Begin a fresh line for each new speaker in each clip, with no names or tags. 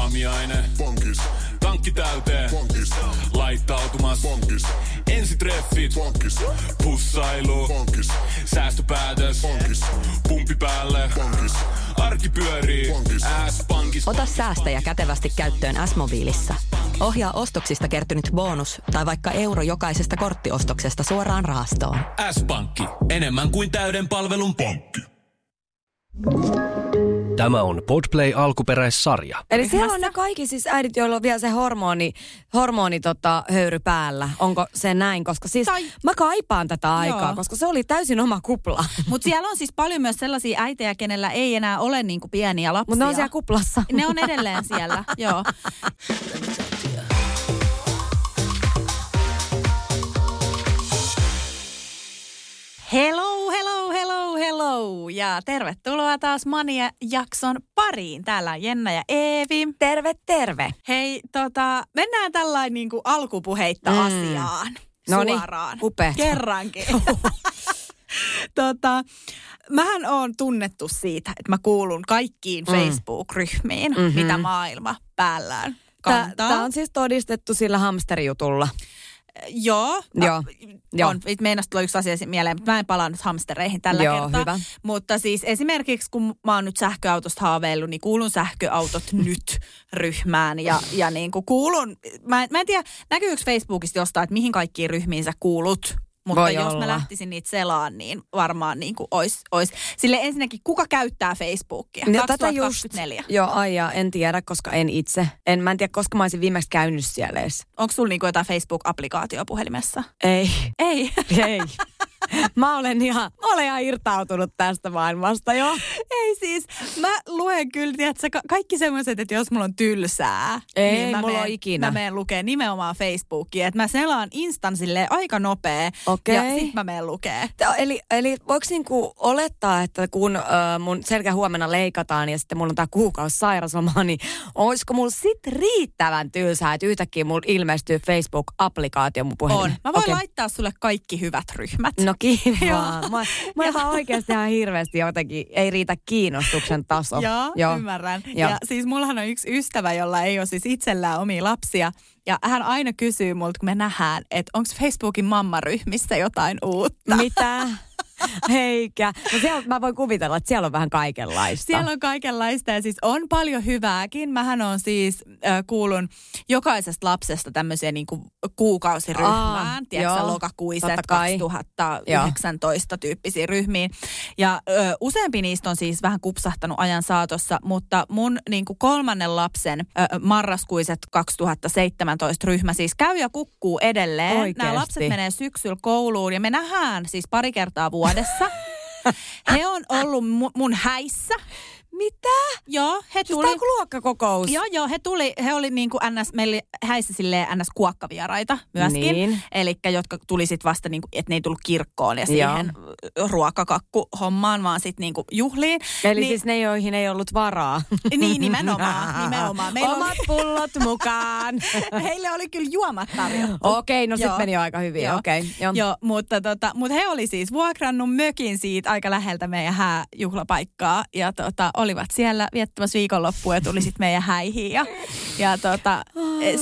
aamiaine.
Pankis,
Tankki täyteen,
pankis,
laittautumas.
pankis,
Ensitreffit,
pankis,
pussailu,
pankis,
säästöpäätös.
pankis,
Pumpi päälle,
pankis,
arki pyörii, S-pankista.
Ota säästäjä kätevästi käyttöön S-mobiilissa. Ohjaa ostoksista kertynyt bonus tai vaikka euro jokaisesta korttiostoksesta suoraan rahastoon.
S-pankki, enemmän kuin täyden palvelun pankki.
Tämä on Podplay alkuperäissarja.
Eli siellä on ne kaikki siis äidit, joilla on vielä se hormoni, hormoni tota, höyry päällä. Onko se näin? Koska siis tai...
Tai-
mä kaipaan tätä aikaa,
Joo.
koska se oli täysin oma kupla.
Mutta siellä on siis paljon myös sellaisia äitejä, kenellä ei enää ole niinku pieniä lapsia.
Mutta ne on siellä kuplassa.
Ne on edelleen siellä, joo. Hello, hello, hello, hello. Ja tervetuloa taas Mania-jakson pariin. Täällä on Jenna ja Eevi.
Terve, terve.
Hei, tota, mennään tällain niin kuin alkupuheitta
Mm.
mm. asiaan.
Noniin,
suoraan.
upeeta.
Kerrankin. tota, mähän on tunnettu siitä, että mä kuulun kaikkiin
Mm.
Facebook-ryhmiin,
Mhm.
mitä maailma päällään
Tää,
kantaa.
tää on siis todistettu sillä hamsterijutulla.
Joo.
Joo,
Ah,
joo.
On, it meinas tulla yksi asia si- mieleen, mutta mä en palaa nyt hamstereihin tällä
Joo,
kertaa.
hyvä.
Mutta siis esimerkiksi kun mä oon nyt sähköautosta haaveillut, niin kuulun sähköautot nyt ryhmään. Ja, ja niin kuin kuulun, mä en, mä en tiedä, näkyykö Facebookista jostain, että mihin kaikkiin ryhmiin sä kuulut. Mutta
Voi
jos
olla.
mä lähtisin niitä selaan, niin varmaan niin kuin ois, ois. Sille ensinnäkin, kuka käyttää Facebookia?
No, tätä just,
2024.
joo, ai jaa, en tiedä, koska en itse. En, mä en tiedä, koska mä olisin viimeksi käynyt siellä edes.
Onko sulla niin kuin jotain Facebook-applikaatio puhelimessa?
Ei,
Ei.
ei. mä olen ihan, mä olen ihan irtautunut tästä maailmasta, joo.
Ei siis, mä luen kyllä, tiedätkö, ka- kaikki semmoiset, että jos mulla on tylsää. niin
Ei,
mä
mulla
meen-
on ikinä.
Mä menen lukee nimenomaan Facebookia, että mä selaan instan silleen aika nopea. Ja
Okei.
sit mä menen lukee.
Tää- Eli, eli voiko niinku olettaa, että kun ö, mun selkä huomenna leikataan ja sitten mulla on tää kuukausi sairaslomaa, niin olisiko mulla sit riittävän tylsää, että yhtäkkiä mulla ilmestyy Facebook-applikaatio mun
On.
puhelimeen?
Mä voin
Okei.
okay. laittaa sulle kaikki hyvät ryhmät.
No
Joo.
kivaa. Mä, mä
Joo.
ihan oikeasti ihan hirveästi jotenkin, ei riitä kiinnostuksen taso.
Joo, ymmärrän.
Joo.
Ja siis mullahan on yksi ystävä, jolla ei ole siis itsellään omia lapsia. Ja hän aina kysyy multa, kun me nähdään, että onko Facebookin mammaryhmissä jotain uutta.
Mitä? Eikä. No siellä, mä voin kuvitella, että siellä on vähän kaikenlaista.
Siis Siellä on kaikenlaista ja siis on paljon hyvääkin. Mähän on siis äh, kuulun jokaisesta lapsesta tämmöiseen niin kuin kuukausiryhmään,
Aa,
Aa, tiedätkö,
joo,
sä, lokakuiset
totta kai.
2019 tyyppisiin ryhmiin. Ja ö, useampi niistä on siis vähän kupsahtanut ajan saatossa, mutta mun niin kuin kolmannen lapsen ö, marraskuiset 2017 ryhmä siis käy ja kukkuu edelleen. Nämä
Oikeesti?
lapset menee syksyllä kouluun ja me nähdään siis pari kertaa vuodessa. He on ollut mu- mun häissä.
Mitä?
Joo, he
Siis tää
tuli.
on kuin luokkakokous.
Joo, joo, he tuli, he oli niin kuin ns, meillä oli häissä silleen ns kuokkavieraita myöskin.
Niin.
Eli jotka tuli sitten vasta, niin kuin, että ne ei tullut kirkkoon ja siihen ruokakakkuhommaan, vaan sitten niin kuin juhliin.
Eli
niin,
niin. siis ne, joihin ei ollut varaa.
Niin, nimenomaan, nimenomaan. Meillä
Omat
oli-
pullot mukaan.
Heille oli kyllä juomat tarjottu.
Okei, no sit
Joo.
meni jo aika hyvin, okei,
Joo.
joo.
joo, mutta tota, mut he oli siis vuokrannut mökin siitä aika läheltä meidän hääjuhlapaikkaa. Ja tota, olivat siellä viettämässä viikonloppua ja tuli sitten meidän häihin. Ja, ja tota,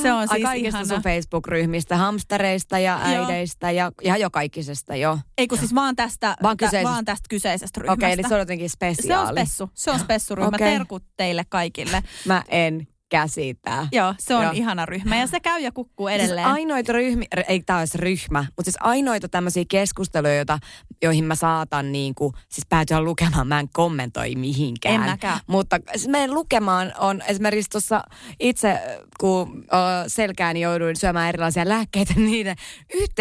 se on
Ai
siis
kaikista
ihana.
sun Facebook-ryhmistä, hamstereista ja äideistä ja ihan jokaikisesta, joo.
Ei kun siis vaan tästä,
Vaan
vaan,
kyseisestä-
kyseisestä. vaan tästä kyseisestä ryhmästä.
Okei, eli se on jotenkin
se on
spesiaali.
spessu. Se on spessuryhmä.
Okei.
Okay. Terkut teille kaikille.
Mä en käsitä.
Joo, se on
Joo.
Joo. ihana ryhmä. Ja se käy ja kukkuu edelleen.
Siis ainoita ryhmiä, ei tämä olisi ryhmä, mutta siis ainoita tämmöisiä keskusteluja, joita, joihin mä saatan niin kuin, siis päätyä lukemaan, mä en kommentoi mihinkään.
En mäkään.
Mutta siis meidän lukemaan on esimerkiksi tuossa itse, kun ö, selkääni jouduin syömään erilaisia lääkkeitä, niiden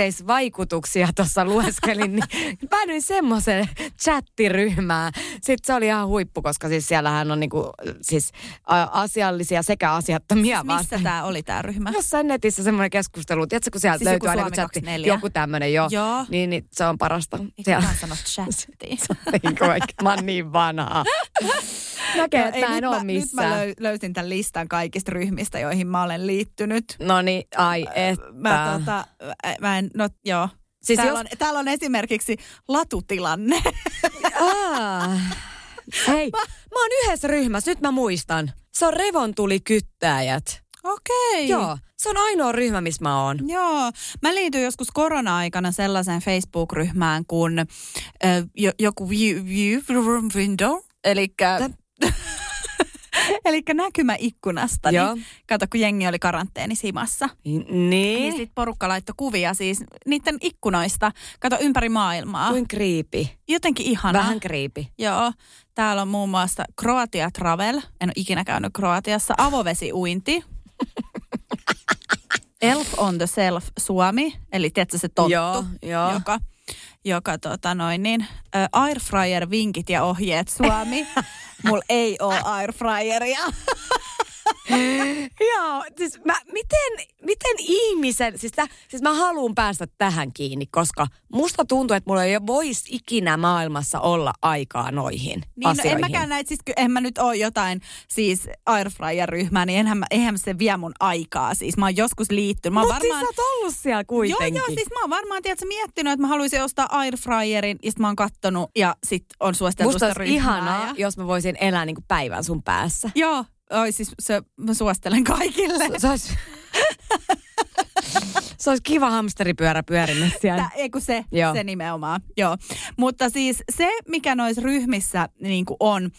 yhteisvaikutuksia tuossa lueskelin, niin päädyin semmoiseen chattiryhmään. Sitten se oli ihan huippu, koska siis siellähän on niinku, siis ö, asiallisia sekä asiattomia
Siis Missä tämä oli tämä ryhmä?
Ah. Jossain netissä semmoinen keskustelu, tiedätkö, kun sieltä
Siis
löytyy
joku
aina
Suomi
kun chatti,
24.
joku tämmöinen, joo,
Joo.
Niin, niin, se on parasta.
Eikö
Siellä.
vaan sano chattiin?
Niin kuin vaikka mä oon niin vanhaa. Näkee,
Joo,
että
No ei,
mä en
nyt
ole
Nyt mä
missään.
löy- löysin tämän listan kaikista ryhmistä, joihin mä olen liittynyt.
No niin, ai että.
Mä, tota, äh, mä en, no joo.
Siis
Siis täällä,
jos-
jos... on, täällä on esimerkiksi latutilanne.
Aa. Hei, mä oon yhdessä ryhmässä, nyt mä muistan. Se on revontulikyttäjät.
Okei.
Joo, se on ainoa ryhmä, missä mä oon.
Joo. Mä liityin joskus korona-aikana sellaiseen Facebook-ryhmään kuin äh, jo, joku view, view room window, eli Eli näkymä ikkunasta,
Joo.
niin kato kun jengi oli karanteenissa himassa.
N-
Niin
niin,
sit porukka laittoi kuvia siis niiden ikkunoista, kato ympäri maailmaa.
kuin kriipi.
Jotenkin ihanaa.
Vähän kriipi.
Joo, täällä on muun muassa Kroatia Travel, en ole ikinä käynyt Kroatiassa, avovesiuinti. Elf on the Self Suomi, eli tiedätkö se tonttu,
Joo, joo.
joka, joka tota noin niin, ä, airfryer vinkit ja ohjeet Suomi. Mulla ei ole airfryeria.
Joo, siis mä, miten, miten ihmisen, siis, tä, siis mä haluan päästä tähän kiinni, koska musta tuntuu, että mulla ei voisi ikinä maailmassa olla aikaa noihin
Niin no, en
asioihin.
mäkään näitä, siis ky- en mä nyt ole jotain siis airfryer-ryhmää, niin enhän, mä- eihän se vie mun aikaa. Siis mä oon joskus liittynyt. Mä oon
Mutta siis
varmaan...
sä oot ollut siellä kuitenkin.
Joo, joo, siis mä oon varmaan tiedätkö, miettinyt, että mä haluaisin ostaa airfryerin, ja sit mä oon kattonut, ja sit on suositeltu
Musta olisi
sitä ryhmää.
ihanaa,
ja...
jos mä voisin elää niin kuin päivän sun päässä.
Joo, oi siis se, mä suostelen kaikille.
Se olisi, se olisi kiva hamsteripyörä pyörimässä siellä.
Tää, ei kun se,
Joo.
se nimenomaan, joo. Mutta siis se, mikä noissa ryhmissä niin on,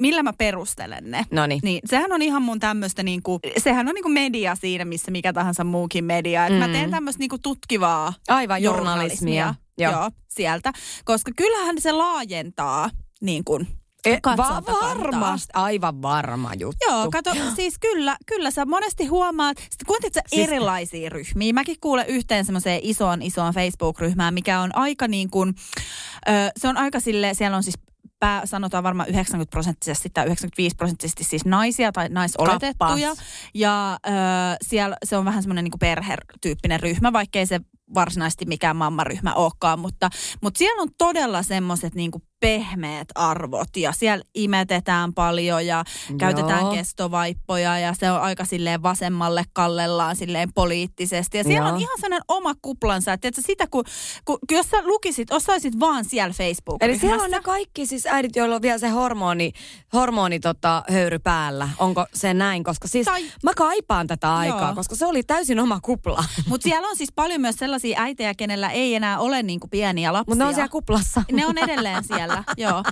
millä mä perustelen ne.
Noniin.
Niin, sehän on ihan mun tämmöistä, niinku, sehän on niinku media siinä, missä mikä tahansa muukin media. Et Mä teen tämmöistä niinku tutkivaa
Aivan, Mm. journalismia.
Joo.
Joo.
joo. sieltä, koska kyllähän se laajentaa niin kuin,
E, va-
Katsantakantaa.
varmasti, aivan varma juttu.
Joo, kato, siis kyllä, kyllä sä monesti huomaat, sitten kuuntelit sä siis...
Siis-
erilaisia ryhmiä. Mäkin kuulen yhteen semmoiseen isoon, isoon Facebook-ryhmään, mikä on aika niin kuin, ö, se on aika sille, siellä on siis pää, sanotaan varmaan 90 prosenttisesti tai 95 prosenttisesti siis naisia tai naisoletettuja.
Kappas.
Ja ö, siellä se on vähän semmoinen niin perhetyyppinen ryhmä, vaikkei se varsinaisesti mikään mammaryhmä olekaan, mutta, mutta siellä on todella semmoiset niin pehmeät arvot ja siellä imetetään paljon ja käytetään
Joo.
kestovaippoja ja se on aika silleen vasemmalle kallellaan silleen poliittisesti. Ja siellä Joo.
Joo.
on ihan sellainen oma kuplansa, että tiedätkö, sitä kun, kun, kun, jos sä lukisit, osaisit vaan siellä facebook
Eli siellä on ne kaikki siis äidit, joilla on vielä se hormoni, hormoni tota, höyry päällä. Onko se näin? Koska siis
Tai-
tai... mä kaipaan tätä aikaa,
Joo.
koska se oli täysin oma kupla.
Mutta siellä on siis paljon myös sellaisia äitejä, kenellä ei enää ole niin kuin pieniä lapsia.
Mutta ne on siellä kuplassa.
Ne on edelleen siellä, joo.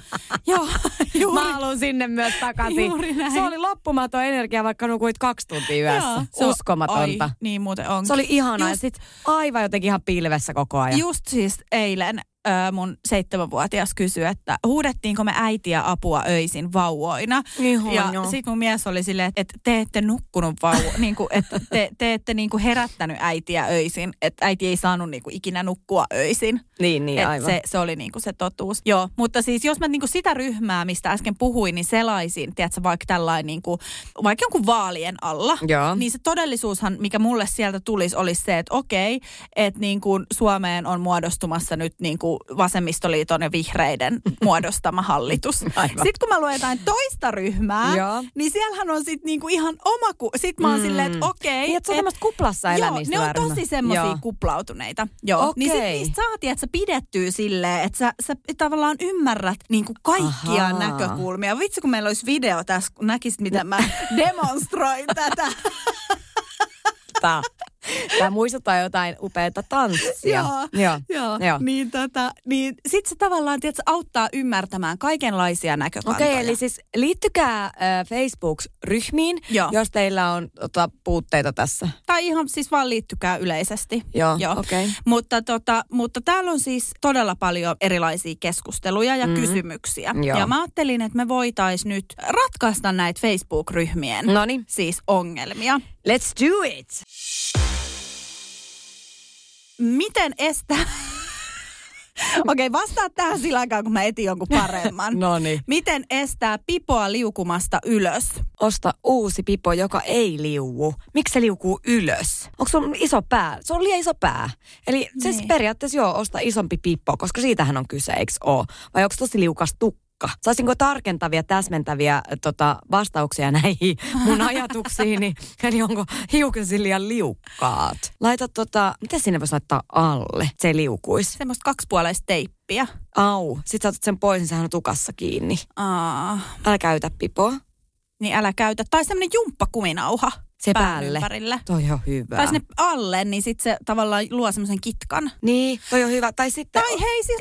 joo juuri.
Mä haluan sinne myös takaisin.
Juuri näin.
Se oli loppumaton energia, vaikka nukuit kaksi tuntia yössä.
Joo.
Se Uskomatonta.
Ai, niin muuten onkin.
Se oli ihanaa.
Just-
Just... Ja sit aivan jotenkin ihan pilvessä koko ajan.
Just siis eilen ö, mun seitsemänvuotias kysyi, että huudettiinko me äitiä apua öisin vauvoina.
Ihan
ja
joo.
sit mun mies oli silleen, että te ette nukkunut vauvo, niin kuin, että te, te ette niin kuin herättänyt äitiä öisin, että äiti ei saanut niin kuin ikinä nukkua öisin.
niin, niin,
Et
aivan.
Se, se oli niinku se totuus. Joo, mutta siis jos mä niinku sitä ryhmää, mistä äsken puhuin, niin selaisin, tiedätkö, vaikka tällainen niinku, vaikka jonkun vaalien alla,
Joo.
niin se todellisuushan, mikä mulle sieltä tulisi, olisi se, että okei, että niinku Suomeen on muodostumassa nyt niinku vasemmistoliiton ja vihreiden muodostama hallitus.
Aivan.
Sitten kun mä luen jotain toista ryhmää,
Joo. Mm.
niin siellähän on sitten niinku ihan oma, ku- sit mä oon silleen, että okei.
Niin, et se on
et-
tämmöstä kuplassa elämistä
Joo, ne on
varmaan.
tosi semmoisia
Joo.
kuplautuneita. Joo. Niin sit
Okei.
niistä saatiin, että sä pidettyy silleen, että sä, sä tavallaan ymmärrät niin kuin kaikkia Ahaa.
Ahaa.
näkökulmia. Vitsi, kun meillä olisi video tässä, kun näkisit, miten mä demonstroin tätä.
Tää, tää muistuttaa jotain upeata tanssia.
Joo.
Joo.
Joo.
Joo.
Niin, tota, niin sit se tavallaan tiedät, sä, auttaa ymmärtämään kaikenlaisia näkökantoja.
Okei, okay, eli siis liittykää äh, Facebook-ryhmiin,
Joo.
jos teillä on tota, puutteita tässä.
Tai ihan siis vaan liittykää yleisesti.
Joo, okei.
Mutta, tota, mutta täällä on siis todella paljon erilaisia keskusteluja ja mm. kysymyksiä.
Mm-hmm. Joo.
Ja mä ajattelin, että me voitaisiin nyt ratkaista näitä Facebook-ryhmien
Noniin.
siis ongelmia.
Let's do it!
Miten estää... Okei, vastaa tähän sillä aikaa, kun mä etin jonkun paremman.
Noniin.
Miten estää pipoa liukumasta ylös?
Osta uusi pipo, joka ei liuu. Miksi se liukuu ylös? Onko se iso pää? Se on liian iso pää. Eli niin. siis
Niin.
periaatteessa joo, osta isompi pippo, koska siitähän on kyse, eikö oo? Vai onko tosi liukas tukka? Saisinko tarkentavia, täsmentäviä tota, vastauksia näihin mun ajatuksiini? Eli onko hiukesi liian liukkaat? Laita tota, mitä sinne voisi laittaa alle, että se ei liukuisi?
Semmoista kaksipuoleista teippiä.
Au, sit sä otat sen pois, niin sehän on tukassa kiinni.
Aa,
Älä käytä pipoa.
niin älä käytä. Tai semmoinen jumppakuminauha
Se
pään
päälle.
ympärille.
Toi on hyvä.
Tai sinne alle, niin sitten se tavallaan luo semmoisen kitkan.
Niin, toi on hyvä. Tai sitten
Tai hei, siis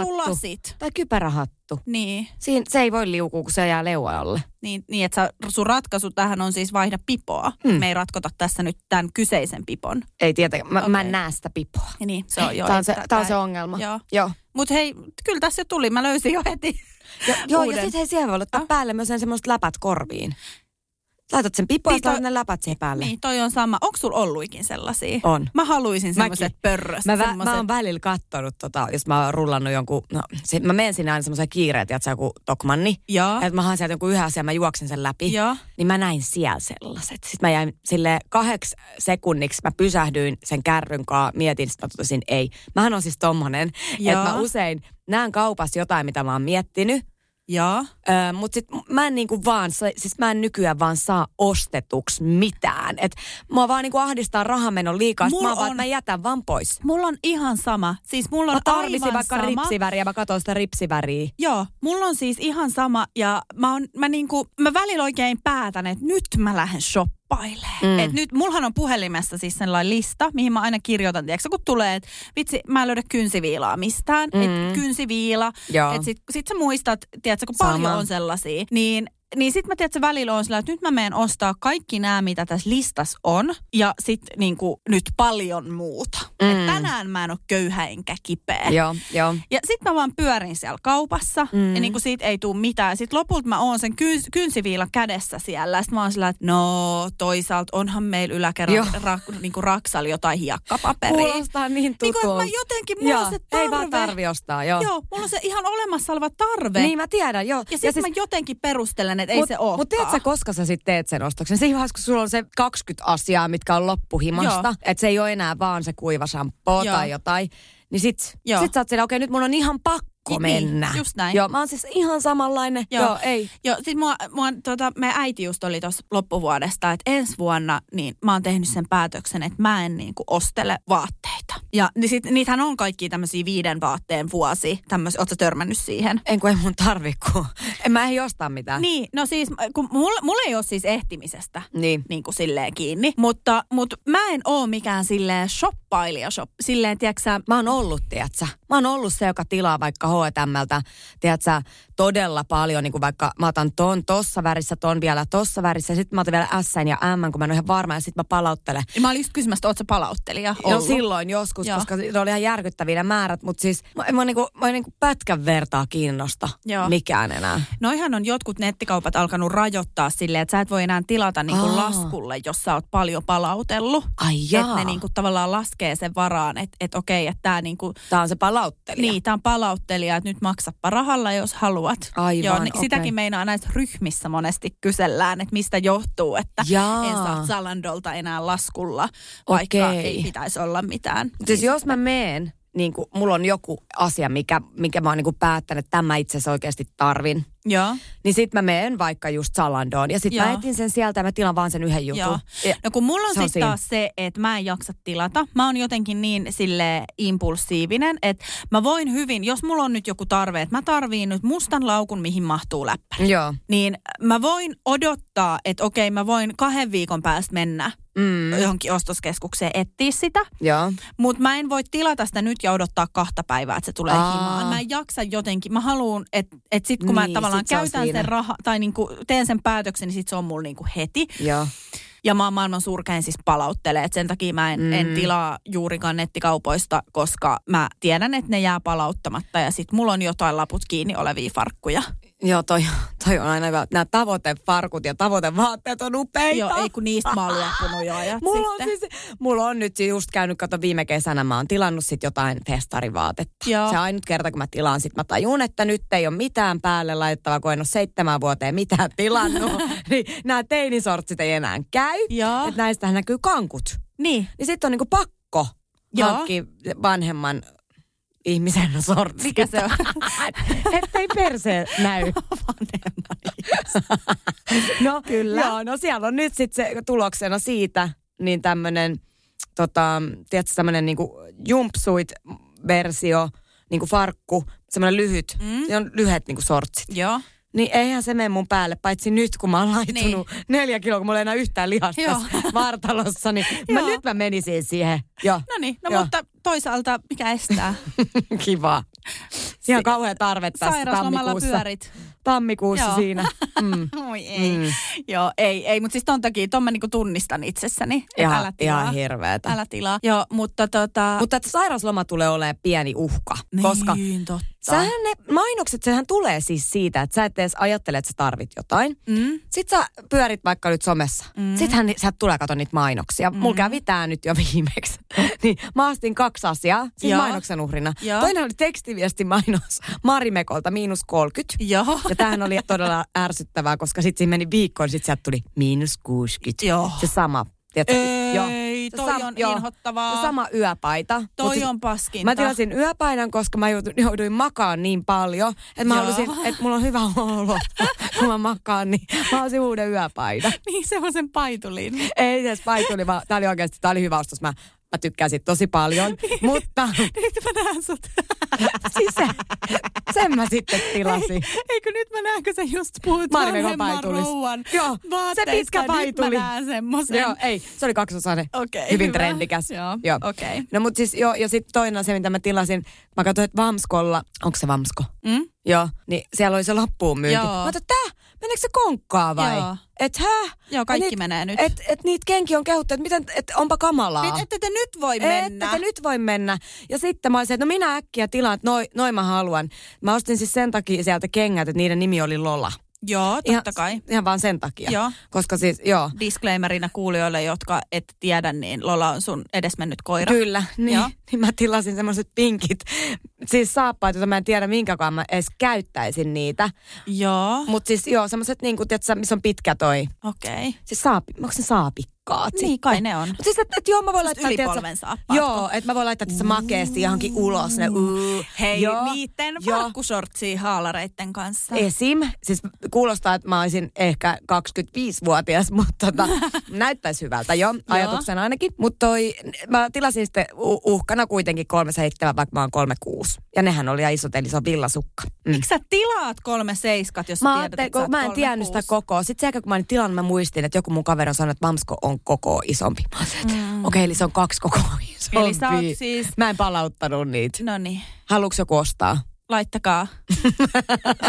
laskettelulasit.
Tai kypärähattu.
Niin,
Siin, se ei voi liukua, kun se jää leualle.
niin, niin että sä- sun ratkaisu tähän on siis vaihda pipoa.
Mm.
Mm. Me ei ratkota tässä nyt tämän kyseisen pipon.
Ei tietenkään. Mä, okay. mä en
Okei.
näe sitä pipoa.
Ja niin, se on, joo,
Tämä
ei-
on se,
tää-
tää on
tää-
se ongelma.
Joo.
Joo.
Mutta hei, kyllä tässä jo tuli. Mä löysin jo heti.
Ja, joo, ja
Uuden.
sitten hei, siihen voi laittaa
Ah.
päälle myös semmoiset läpät korviin. Laitat sen pipoa ja
Niin
sit laitat
toi-
ne läpät siihen päälle.
Niin, toi on sama. Onko sulla olluikin sellaisia?
On.
Mä haluaisin semmoiset
Mäkin.
pörröstä.
Mä, vä,
semmoset-
mä oon välillä kattonut tota, jos mä oon rullannut jonkun, no, se, mä menen sinne aina semmoiseen kiireen, tiedätkö, joku tokmanni.
Joo.
Että mä haen sieltä jonkun yhden asian, mä juoksen sen läpi.
Joo.
Niin mä näin siellä sellaiset. Sitten mä jäin sille kahdeksi sekunniksi, mä pysähdyin sen kärryn kaa, mietin, sitten mä totesin, ei. Mähän on siis tommonen, että
Joo.
mä usein näen kaupassa jotain, mitä mä oon miettinyt.
Joo.
Öö, mutta sit mä en niinku vaan, sa- siis mä en nykyään vaan saa ostetuksi mitään. Et mua vaan niinku ahdistaa rahanmenon liikaa, sit
Mulla
mä oon vaan,
on-
että mä jätän vaan pois.
Mulla on ihan sama. Siis mulla on
Mä tarvisin
aivan
vaikka
sama.
ripsiväriä, mä katson sitä ripsiväriä.
Joo, mulla on siis ihan sama ja mä, on, mä, niinku, mä välillä oikein päätän, että nyt mä lähden shoppailemaan.
Mm.
Mm. Et nyt, mullahan on puhelimessa siis sellainen lista, mihin mä aina kirjoitan, tiedätkö, kun tulee, että vitsi, mä en löydä kynsiviilaa mistään. Mm.
Mm.
Et kynsiviila,
Joo.
että sit, sit sä muistat, tiedätkö, kun
Sama.
paljon on sellaisia, niin niin sit mä tiedän, että välillä on sillä, että nyt mä menen ostaa kaikki nämä, mitä tässä listassa on, ja sit niinku nyt paljon muuta. Mm.
Mm.
Et tänään mä en ole köyhä enkä kipeä.
Joo, joo.
Ja sit mä vaan pyörin siellä kaupassa
Mm.
mm. ja niinku siitä ei tuu mitään. Sit lopulta mä oon sen kyns, kynsiviilan kädessä siellä. Sit mä oon sillä, että no toisaalta onhan meillä
Joo.
yläkerran ra, niinku raksalla jotain hiekkapaperia.
Kuulostaa niin
Niinku,
tutulta.
että mä jotenkin, mulla
joo,
on se tarve.
ei vaan tarvi ostaa, joo.
Joo, mulla on se ihan olemassa oleva tarve.
Niin mä tiedän, joo.
Ja sitten siis, mä jotenkin perustelen, että ei
mut,
se ole.
Mutta tiedätkö, sä, koska sä sitten teet sen ostoksen? Siinä vaiheessa, kun sulla on se 20 asiaa, mitkä on loppuhimasta,
Joo.
että se ei ole enää vaan se kuiva shampoo
Joo.
tai jotain, niin sit,
Joo.
sit sä oot siellä, okei, nyt mun on ihan pakko
Niin,
mennä.
just näin.
Joo, mä oon siis ihan samanlainen. Joo,
Joo.
joo ei.
Joo, siis mua, mua, tota, meidän äiti just oli tuossa loppuvuodesta, että ensi vuonna niin mä oon tehnyt sen päätöksen, että mä en niinku ostele vaatteita. Ja niin sit, niitähän on kaikki tämmöisiä viiden vaatteen vuosi, tämmöisiä, ootko sä törmännyt siihen?
En kun ei mun tarvi, kun en mä ei ostaa mitään.
Niin, no siis, kun mulla, mulla ei ole siis ehtimisestä
Niin.
niin kuin silleen kiinni, mutta, mutta mä en oo mikään silleen shoppailija, shop, silleen, tiedätkö sä,
Mä oon ollut, tiedätkö? Mä oon ollut se, joka tilaa vaikka H&Mltä, tiedätkö, todella paljon, niin kuin vaikka mä otan ton tossa värissä, ton vielä tossa värissä, ja sitten mä otan vielä S ja M, kun mä en ole ihan varma, ja sitten mä palauttelen.
mä olin just kysymässä, että oot sä palauttelija
No
ollut?
silloin joskus, Joo.
Joo.
koska ne oli ihan järkyttäviä ne määrät, mutta siis mä, mä, niinku, mä niinku pätkän vertaa kiinnosta Joo.
Joo.
mikään enää.
Noihan on jotkut nettikaupat alkanut rajoittaa silleen, että sä et voi enää tilata niinku
Aa.
laskulle, jos sä oot paljon palautellut.
Ai
Että
jaa.
ne niinku tavallaan laskee sen varaan, että et okei, että tämä niinku,
Tää on se palauttelija.
niin, tää on palauttelija, että nyt maksappa rahalla, jos haluat.
Aivan,
Joo, ni-
okei.
Sitäkin meinaa näissä ryhmissä monesti kysellään, että mistä johtuu, että
Jaa.
en saa Zalandolta enää laskulla, vaikka
Okei.
ei pitäisi olla mitään.
Mut Siis
Niin
jos mä meen, niin kuin, mulla on joku asia, mikä, mikä mä oon niin päättänyt, että tämä itse asiassa oikeasti tarvin.
sit- Joo.
Niin sit mä meen vaikka just Zalandoon ja sit Joo. mä
Joo.
etin sen sieltä ja mä tilan vaan sen yhden jutun. Ja,
No kun mulla on
Se on
sitten taas se, että mä en jaksa tilata. Mä oon jotenkin niin sille impulsiivinen, että mä voin hyvin, jos mulla on nyt joku tarve, että mä tarviin nyt mustan laukun, mihin mahtuu läppä.
Joo.
Niin mä voin odottaa, että okei mä voin kahden viikon päästä mennä
Mm,
johonkin ostoskeskukseen etsiä sitä.
joo.
Mutta mä en voi tilata sitä nyt ja odottaa kahta päivää, että se tulee
Aa.
Aa. himaan. Mä en jaksa jotenkin. Mä haluan, että et sit kun niin,
Niin,
mä tavallaan
sit se on
käytän
siinä.
sen raha tai niinku teen sen päätöksen, niin sit se on mulla niinku heti.
Joo.
Ja mä oon maailman surkein siis palauttelee. Et sen takia mä en, mm. en tilaa juurikaan nettikaupoista, koska mä tiedän, että ne jää palauttamatta. Ja sit mulla on jotain laput kiinni olevia farkkuja.
Joo, toi, toi on aina hyvä. Nämä tavoitefarkut ja tavoitevaatteet on upeita.
Joo, ei kun niistä mä oon luopunut jo ajat
Mulla on,
sitten.
siis, mulla on nyt just käynyt, kato viime kesänä mä oon tilannut sit jotain festarivaatetta.
Joo.
Se ainut kerta, kun mä tilaan, sit mä tajun, että nyt ei ole mitään päälle laittavaa, kun en ole seitsemän vuoteen mitään tilannut. niin nämä teinisortsit ei enää käy.
Joo.
Et näistähän näkyy kankut.
Niin.
Niin sit on niinku pakko
Joo.
hankkia vanhemman ihmisen sortsit.
Mikä se on?
Ettei perse näy. no,
Kyllä.
Joo, no siellä on nyt sitten se tuloksena siitä, niin tämmöinen, tota, tiedätkö, tämmöinen niinku jumpsuit-versio, niinku farkku, semmoinen lyhyt, mm.
Mm.
ne on lyhyet niinku sortsit.
Joo.
niin eihän se mene mun päälle, paitsi nyt kun mä oon laittunut niin. neljä kiloa, kun mulla ei enää yhtään lihasta
Joo.
tässä vartalossa, niin mä,
Joo.
nyt mä menisin siihen. Joo.
No niin, no
Joo.
mutta toisaalta mikä estää?
Kiva. Ihan kauhea tarve tässä
Sairauslomalla
tammikuussa.
pyörit.
Tammikuussa
Joo.
siinä. Mm.
Oi ei. Mm. Joo, ei, ei. Mutta siis ton takia, ton mä niinku tunnistan itsessäni. Et
Ihan-
älä tilaa.
ihan hirveetä.
Älä tilaa. Joo, mutta tota...
Mutta että sairausloma tulee olemaan pieni uhka,
niin,
koska
totta.
sähän ne mainokset, sehän tulee siis siitä, että sä et edes ajattele, että sä tarvit jotain.
Mm.
Sitten sä pyörit vaikka nyt somessa. Mm. Sittenhän ni- sä tulee kato niitä mainoksia. Mm. Mulla kävi tää nyt jo viimeksi. niin mä astin kaksi asiaa, siis
Joo.
mainoksen uhrina.
Joo.
Toinen oli tekstiviestimainos Marimekolta, miinus 30.
Joo.
Ja tämähän oli todella ärsyttävää, koska sitten siinä meni viikko, niin sitten sieltä tuli miinus 60.
Joo.
Se sama. Tiedätkö?
Ei, toi on inhottavaa.
Se sama yöpaita. Mut
Toi
siis
on paskinta.
Mä tilasin yöpaidan, koska mä joutuin, jouduin makaan niin paljon, että mä
Joo.
halusin, että mulla on hyvä olo, kun mä makaan, niin mä halusin uuden yöpaidan.
Niin semmoisen paitulin.
Ei edes paituli, vaan tää oli oikeasti, tää oli hyvä ostos. Mä, mä tykkäsin tosi paljon, mutta
Nyt mä näen sut.
siis se, sen mä sitten tilasin.
Eikö nyt mä näen, kun sä just puhut
Marmekon
vanhemman
paitulis.
rouvan
Joo,
vaatteista,
se pitkä
niin
paituli.
Nyt mä näen semmoisen.
Joo, ei, se oli kaksosainen.
Okei,
Hyvin
hyvä.
trendikäs.
Joo, okei.
No mut siis joo, ja sitten toinen asia, mitä mä tilasin, mä katsoin, että Vamskolla, onko se Vamsko?
Mm?
Joo, niin siellä oli se lappuun myynti.
Joo.
Joo. Mä ajattelin, tää, meneekö se konkkaa vai?
Joo.
Et hä?
Joo,
Et
kaikki
niit-
menee nyt.
Et, et niitä kenkiä on kehuttu, että miten, et onpa kamalaa.
Et, ette te nyt voi mennä.
Että te nyt voi mennä. Ja sitten mä olisin, että no minä äkkiä tilaan, että noi, noi mä haluan. Mä ostin siis sen takia sieltä kengät, että niiden nimi oli Lola.
Joo, totta
Ihan-
kai.
Ihan vaan sen takia.
Joo.
Koska siis, joo.
Disclaimerina kuulijoille, jotka et tiedä, niin Lola on sun edesmennyt koira.
Kyllä, niin,
Joo.
niin mä tilasin semmoiset pinkit, siis saappaat, joita mä en tiedä minkäkaan mä edes käyttäisin niitä.
Joo,
Mutta siis joo, semmoiset niinku, tiedätkö, missä on pitkä toi,
okei. Okay.
siis saapi, onko se saapikkaat
Niin kai ne on.
Mut siis, että et, joo, mä voin laittaa...
Yli
tiedätkö-
polven saappaat.
Joo, että mä voin laittaa tässä makeasti johonkin ulos ne uu.
Hei,
joo,
niiden farkkusortsia haalareitten kanssa.
Esim. Siis kuulostaa, että mä olisin ehkä 25-vuotias, mutta tota, näyttäisi hyvältä jo, ajatuksena ainakin. Mutta mä tilasin sitten u- uhkana kuitenkin 37, vaikka mä oon 36. Ja nehän oli ja isot, eli se on villasukka. Mm.
Miksi sä tilaat kolme seiskat, jos
Mä,
sä tiedät,
ajattelin,
että sä
kun
oot
mä en
kolme
tiennyt sitä
kuusi?
kokoa. Sitten sen jälkeen, kun mä olin tilannut, mä muistin, että joku mun kaveri on sanonut, että Vamsko on koko isompi. Mä olisin, että mm. okei, okay, eli se on kaksi koko isompi.
Eli sä oot siis-
Mä en palauttanut niitä.
No niin,
Haluatko joku ostaa?
laittakaa.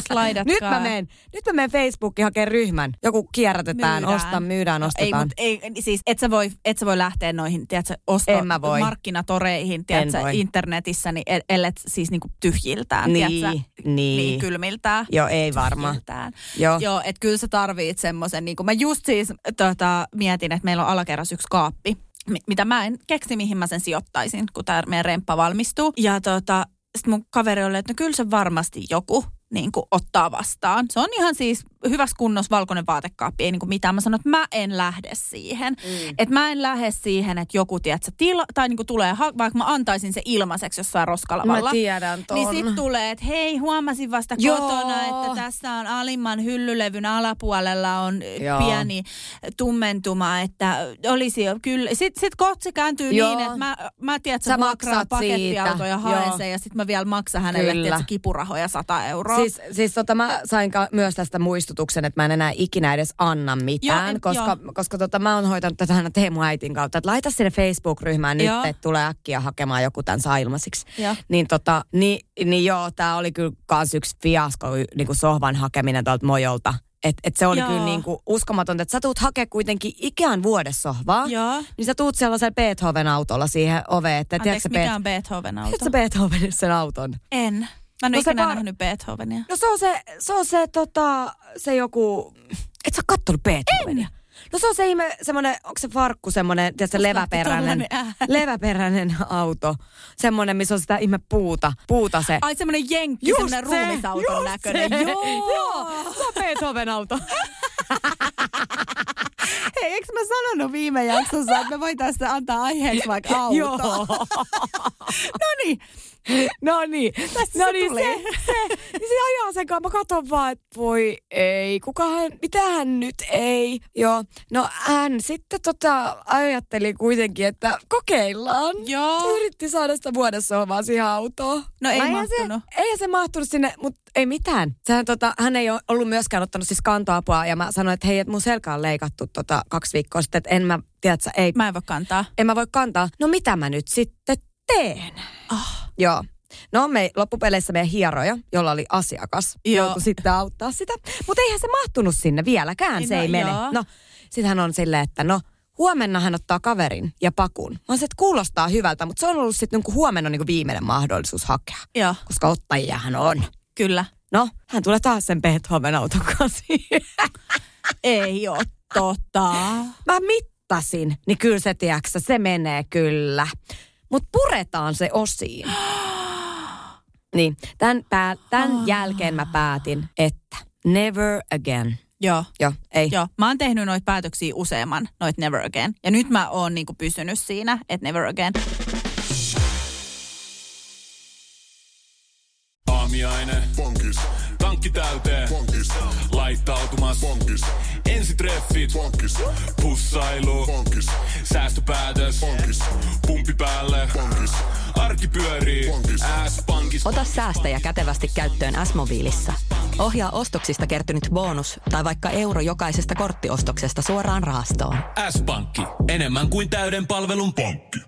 Slaidatkaa.
Nyt mä menen, nyt mä menen Facebookin hakemaan ryhmän. Joku kierrätetään, myydään. ostan, myydään,
No
ostetaan.
Ei, mutta ei, siis et sä voi, et sä voi lähteä noihin, tiedätkö, osto-
En mä voi.
markkinatoreihin, tiedätkö,
voi.
internetissä, niin el- ellet siis niinku tyhjiltään,
Niin,
tiedätkö,
niin.
niin kylmiltään.
Joo, ei varmaan.
Tyhjiltään.
Joo.
Joo, että kyllä sä tarvit semmoisen, niin mä just siis tota, mietin, että meillä on alakerras yksi kaappi, mi- mitä mä en keksi, mihin mä sen sijoittaisin, kun tämä meidän remppa valmistuu. Ja tota, sitten mun kaveri oli, että no kyllä se varmasti joku niin kuin ottaa vastaan. Se on ihan siis hyvässä kunnossa valkoinen vaatekaappi, ei niin kuin mitään. Mä sanon, että mä en lähde siihen. Mm. Että mä en lähde siihen, että joku, tiedätkö, tila, tai niin kuin tulee, ha- vaikka mä antaisin se ilmaiseksi jossain roskalavalla.
Mä tiedän ton.
Niin sit tulee, että hei, huomasin vasta
Joo.
kotona, että tässä on alimman hyllylevyn alapuolella on Joo.
Joo.
pieni tumentuma, että olisi jo kyllä. Sitten sit kohta se kääntyy Joo.
Joo.
niin, että mä, mä tiedät,
Sä
sä vuokraan
maksat
pakettiauto
siitä.
ja haen
Joo.
sen ja sitten mä vielä maksan hänelle
Kyllä.
tiedät, sä, kipurahoja 100 euroa.
Siis, siis tota, mä sain ka- myös tästä muistutuksen, että mä en enää ikinä edes anna mitään,
Joo, en-
koska, koska tota, mä oon hoitanut tätä aina Teemu äitin kautta, että laita sinne Facebook-ryhmään nyt,
Joo.
että tulee äkkiä hakemaan joku tämän saa ilmaisiksi.
Joo.
Niin, tota, niin, niin joo, tää oli kyllä kans yksi fiasko, y- niinku sohvan hakeminen tuolta mojolta. Et, et se oli
Joo.
joo. kyllä niinku uskomatonta, että sä tuut hakea kuitenkin ikään vuodessohvaa,
Joo.
niin sä tuut sellaisella Beethoven-autolla siihen oveen, että tiedätkö
Anteeksi,
sä Beethoven?
mikä on Beethoven auto?
Tiedätkö sä Beethovenin sen auton?
En. Mä en ole
No se
ikinä
var-
nähnyt Beethovenia.
No se on se, se on se tota, se joku, et sä oo kattonut Beethovenia? No se on se ihme, semmonen, onko se farkku semmonen, tiedätkö, leväperäinen,
tollanen ääni?
leväperäinen auto. Semmonen, missä on sitä ihme puuta, puuta se.
Ai semmonen jenkki, semmonen ruumisauton näköinen.
Joo. Joo, se on Beethoven auto.
Hei, eikö mä sanonut viime jaksossa, että me voitaisiin antaa aiheeksi vaikka auto?
Joo.
no niin.
No niin,
Tästä
no
se
niin,
tulee.
se, se, niin se ajaa sen kanssa. Mä katon vaan, että voi ei, kukahan, mitähän nyt ei. Joo, no hän sitten tota, ajatteli kuitenkin, että kokeillaan.
Joo.
Yritti saada sitä vuodessohvaa siihen autoon.
No ei
Eihän
mahtunut.
Se, ei se mahtunut sinne, mutta ei mitään. Sehän, tota, hän ei ole ollut myöskään ottanut siis kantoapua ja mä sanoin, että hei, että mun selkä on leikattu tota, kaksi viikkoa sitten, että en mä, tiedätkö, ei,
Mä en voi kantaa.
en mä voi kantaa. No mitä mä nyt sitten teen? Oh. Joo. No me, loppupeleissä meidän hieroja, jolla oli asiakas,
Joo.
joutui sitten auttaa sitä. Mutta eihän se mahtunut sinne vieläkään, se
No
ei mene.
joo.
No, sitten hän on silleen, että no huomenna hän ottaa kaverin ja pakun. Mä oon se, että kuulostaa hyvältä, mutta se on ollut sitten niinku huomenna niinku viimeinen mahdollisuus hakea,
Joo,
koska ottajia hän on.
kyllä.
No, hän tulee taas sen pehet huomenna auton kanssa.
Ei oo totta.
mä mittasin, niin kyllä se, tiedäksä, se menee kyllä. Mutta puretaan se osiin. Niin, tämän, pää,
Ah.
tämän jälkeen mä päätin, että never again.
Joo.
Joo, ei.
Joo, mä oon tehnyt noita päätöksiä useamman, noit never again. Ja nyt mä oon niinku pysynyt siinä, että never again.
Aamiaine. Bonkis. Tankki täyteen. Bonkis. Laittautumas. Bonkis. Ensitreffit. Bonkis. Pussailu. Bonkis. Säästöpäätös. Bonkis. Pumpi päälle. Bonkis. Arki pyörii. Bonkis. S-pankis.
Ota säästäjä kätevästi käyttöön S-mobiilissa. Ohjaa ostoksista kertynyt bonus tai vaikka euro jokaisesta korttiostoksesta suoraan rahastoon.
S-pankki. Enemmän kuin täyden palvelun pankki.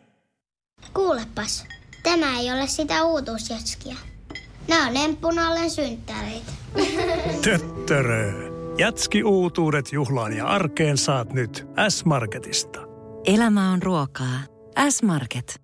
Kuulepas, tämä ei ole sitä uutuusjatskia. Nämä on emppunallen synttäreitä.
Töttörö. Jätski uutuudet juhlaan ja arkeen saat nyt S-Marketista.
Elämä on ruokaa. S-Market.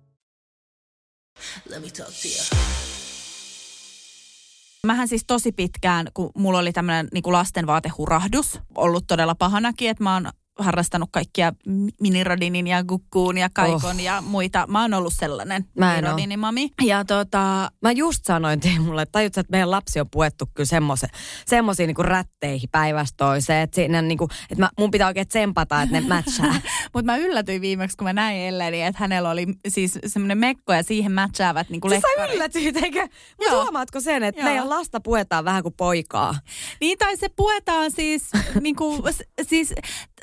Mähän siis tosi pitkään, kun mulla oli tämmöinen niin lastenvaatehurahdus, ollut todella pahanakin, että mä oon harrastanut kaikkia mi- miniradinin ja gukkuun ja kaikon oh. ja muita. Mä oon ollut sellainen
Mä en oo.
miniradinimami. Ja tota,
Mä just sanoin Teemulle, että tajutko, että meidän lapsi on puettu kyllä semmose, semmoisiin niinku rätteihin päivästä toiseen. Että siinä niinku, että mä, mun pitää oikein tsempata, että ne matchaa.
mutta mä yllätyin viimeksi, kun mä näin Elleni, että hänellä oli siis semmoinen mekko ja siihen mätsäävät niin
Siis sä
lekkarit.
yllätyit, eikö? Mut
Joo.
huomaatko sen, että
Joo.
meidän lasta puetaan vähän kuin poikaa.
Niin tai se puetaan siis, niin kuin, siis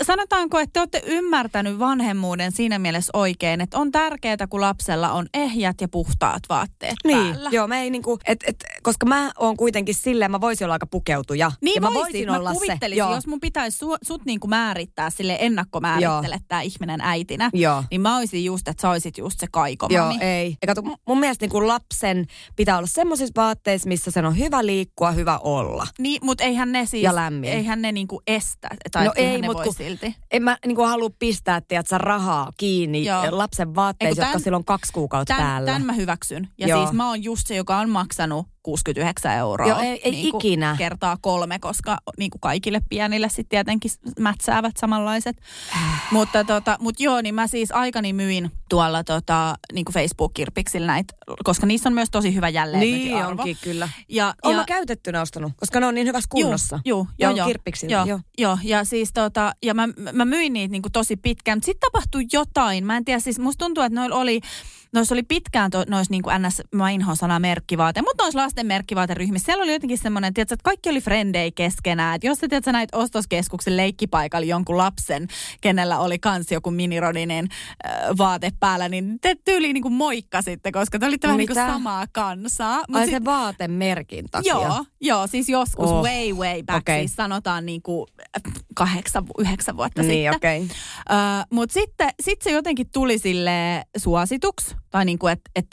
sanotaanko, että te olette ymmärtänyt vanhemmuuden siinä mielessä oikein, että on tärkeää, kun lapsella on ehjät ja puhtaat vaatteet
Niin,
päällä.
joo, me ei niinku, et, et, koska mä oon kuitenkin silleen, mä voisin olla aika pukeutuja.
Niin
ja
mä
mä voisin
mä
olla
kuvittelisin,
se. Joo.
jos mun pitäisi su, sut niinku määrittää sille ennakkomäärittele tää ihminen äitinä,
Joo.
niin mä oisin just, että sä oisit just se
Joo, e-
kaikomami.
ei. Ja kato, mun- mun mielestä niinku lapsen pitää olla semmoisissa vaatteissa, missä sen on hyvä liikkua, hyvä olla.
Niin, mutta eihän ne siis,
Ja lämmin.
eihän ne niinku estä, tai
no
eihän
ei,
ne
mutta
voi
kun
silti.
en mä niinku halua pistää tiedätkö, rahaa kiinni
Joo.
Joo. niin, eh, lapsen
Ei,
vaatteissa,
kun
jotka
tän-
sillä on kaksi kuukautta
Tän,
päällä.
tän mä hyväksyn. Ja Joo.
Joo.
siis mä oon just se, joka on maksanut 69 euroa.
Joo, ei- ei
niinku
ikinä.
Kertaa kolme, koska niin kuin kaikille pienille sitten tietenkin s- mätsäävät samanlaiset. mutta tota, mut joo, niin mä siis aikani myin tuolla tota, niin kuin Facebook-kirpiksillä näitä, koska niissä on myös tosi hyvä jälleenmyyntiarvo.
Niin onkin, kyllä.
Ja,
Oon
ja,
mä käytettynä ostanut, koska ne on niin hyvässä kunnossa.
Joo,
ja
joo,
on
joo,
kirppiksillä.
joo,
Joo.
joo. joo. ja siis tota, ja mä, mä myin niitä niinku tosi pitkään, mutta sitten tapahtui jotain. Mä en tiedä, siis musta tuntuu, että noilla oli, noissa oli pitkään to, noissa niinku ns. mä inhoan sanaa merkkivaate, mutta noissa lasten merkkivaateryhmissä siellä oli jotenkin semmoinen, tiedätkö, että kaikki oli frendei keskenään. Et jos sä, tiedätkö, näit ostoskeskuksen leikkipaikalla jonkun lapsen, kenellä oli kans joku minirodinen äh, vaate päällä, niin te tyyliin niinku moikka sitten, koska te olitte vähän niinku
Mitä?
samaa kansaa. Mut
Ai
sit-
se vaatemerkin takia.
Joo, joo, siis joskus oh.
Oh,
way way back, okay.
okei.
siis sanotaan niin kuin kahdeksan, yhdeksän vuotta
Niin,
sitten.
okei. Okay.
Ö, Mutta sitten sit se jotenkin tuli sille suosituksi, tai niinku, että et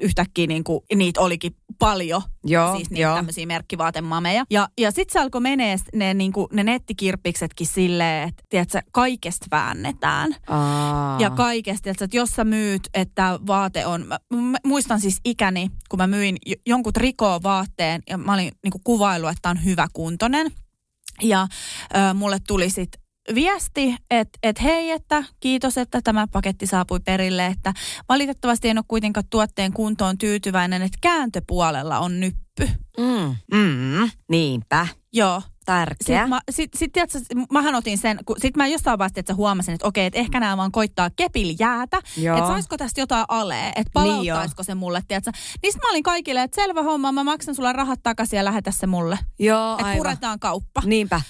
yhtäkkiä niinku, niitä olikin paljon,
Joo,
siis niitä
joo.
tämmöisiä merkkivaatemameja. Ja, ja sitten se alkoi menee s- ne, niinku, ne nettikirppiksetkin silleen, että tiedätkö, kaikesta väännetään.
Aa.
Ja kaikesta, että jos sä myyt, että vaate on, mä, mä muistan siis ikäni, kun mä myin j- jonkun trikoo vaatteen ja mä olin niin kuvailu, että on hyväkuntoinen. Ja ö, mulle tuli sitten viesti, että et hei, että kiitos, että tämä paketti saapui perille, että valitettavasti en ole kuitenkaan tuotteen kuntoon tyytyväinen, että kääntöpuolella on nyppy.
Mm. Mm. Niinpä.
Joo.
tärkeä.
Sitten mä, sit, sit, tiedätkö, mähän otin sen, kun, sit mä jossain vaiheessa että huomasin, että okei, että ehkä nämä vaan koittaa kepillä jäätä.
Joo.
Että saisiko tästä jotain alee, että
Niin joo.
palauttaisiko se mulle, tiedätkö. Niin sit mä olin kaikille, että selvä homma, mä maksan sulle rahat takaisin ja lähetä se mulle.
Joo,
Että
No aivan.
puretaan kauppa.
Niinpä.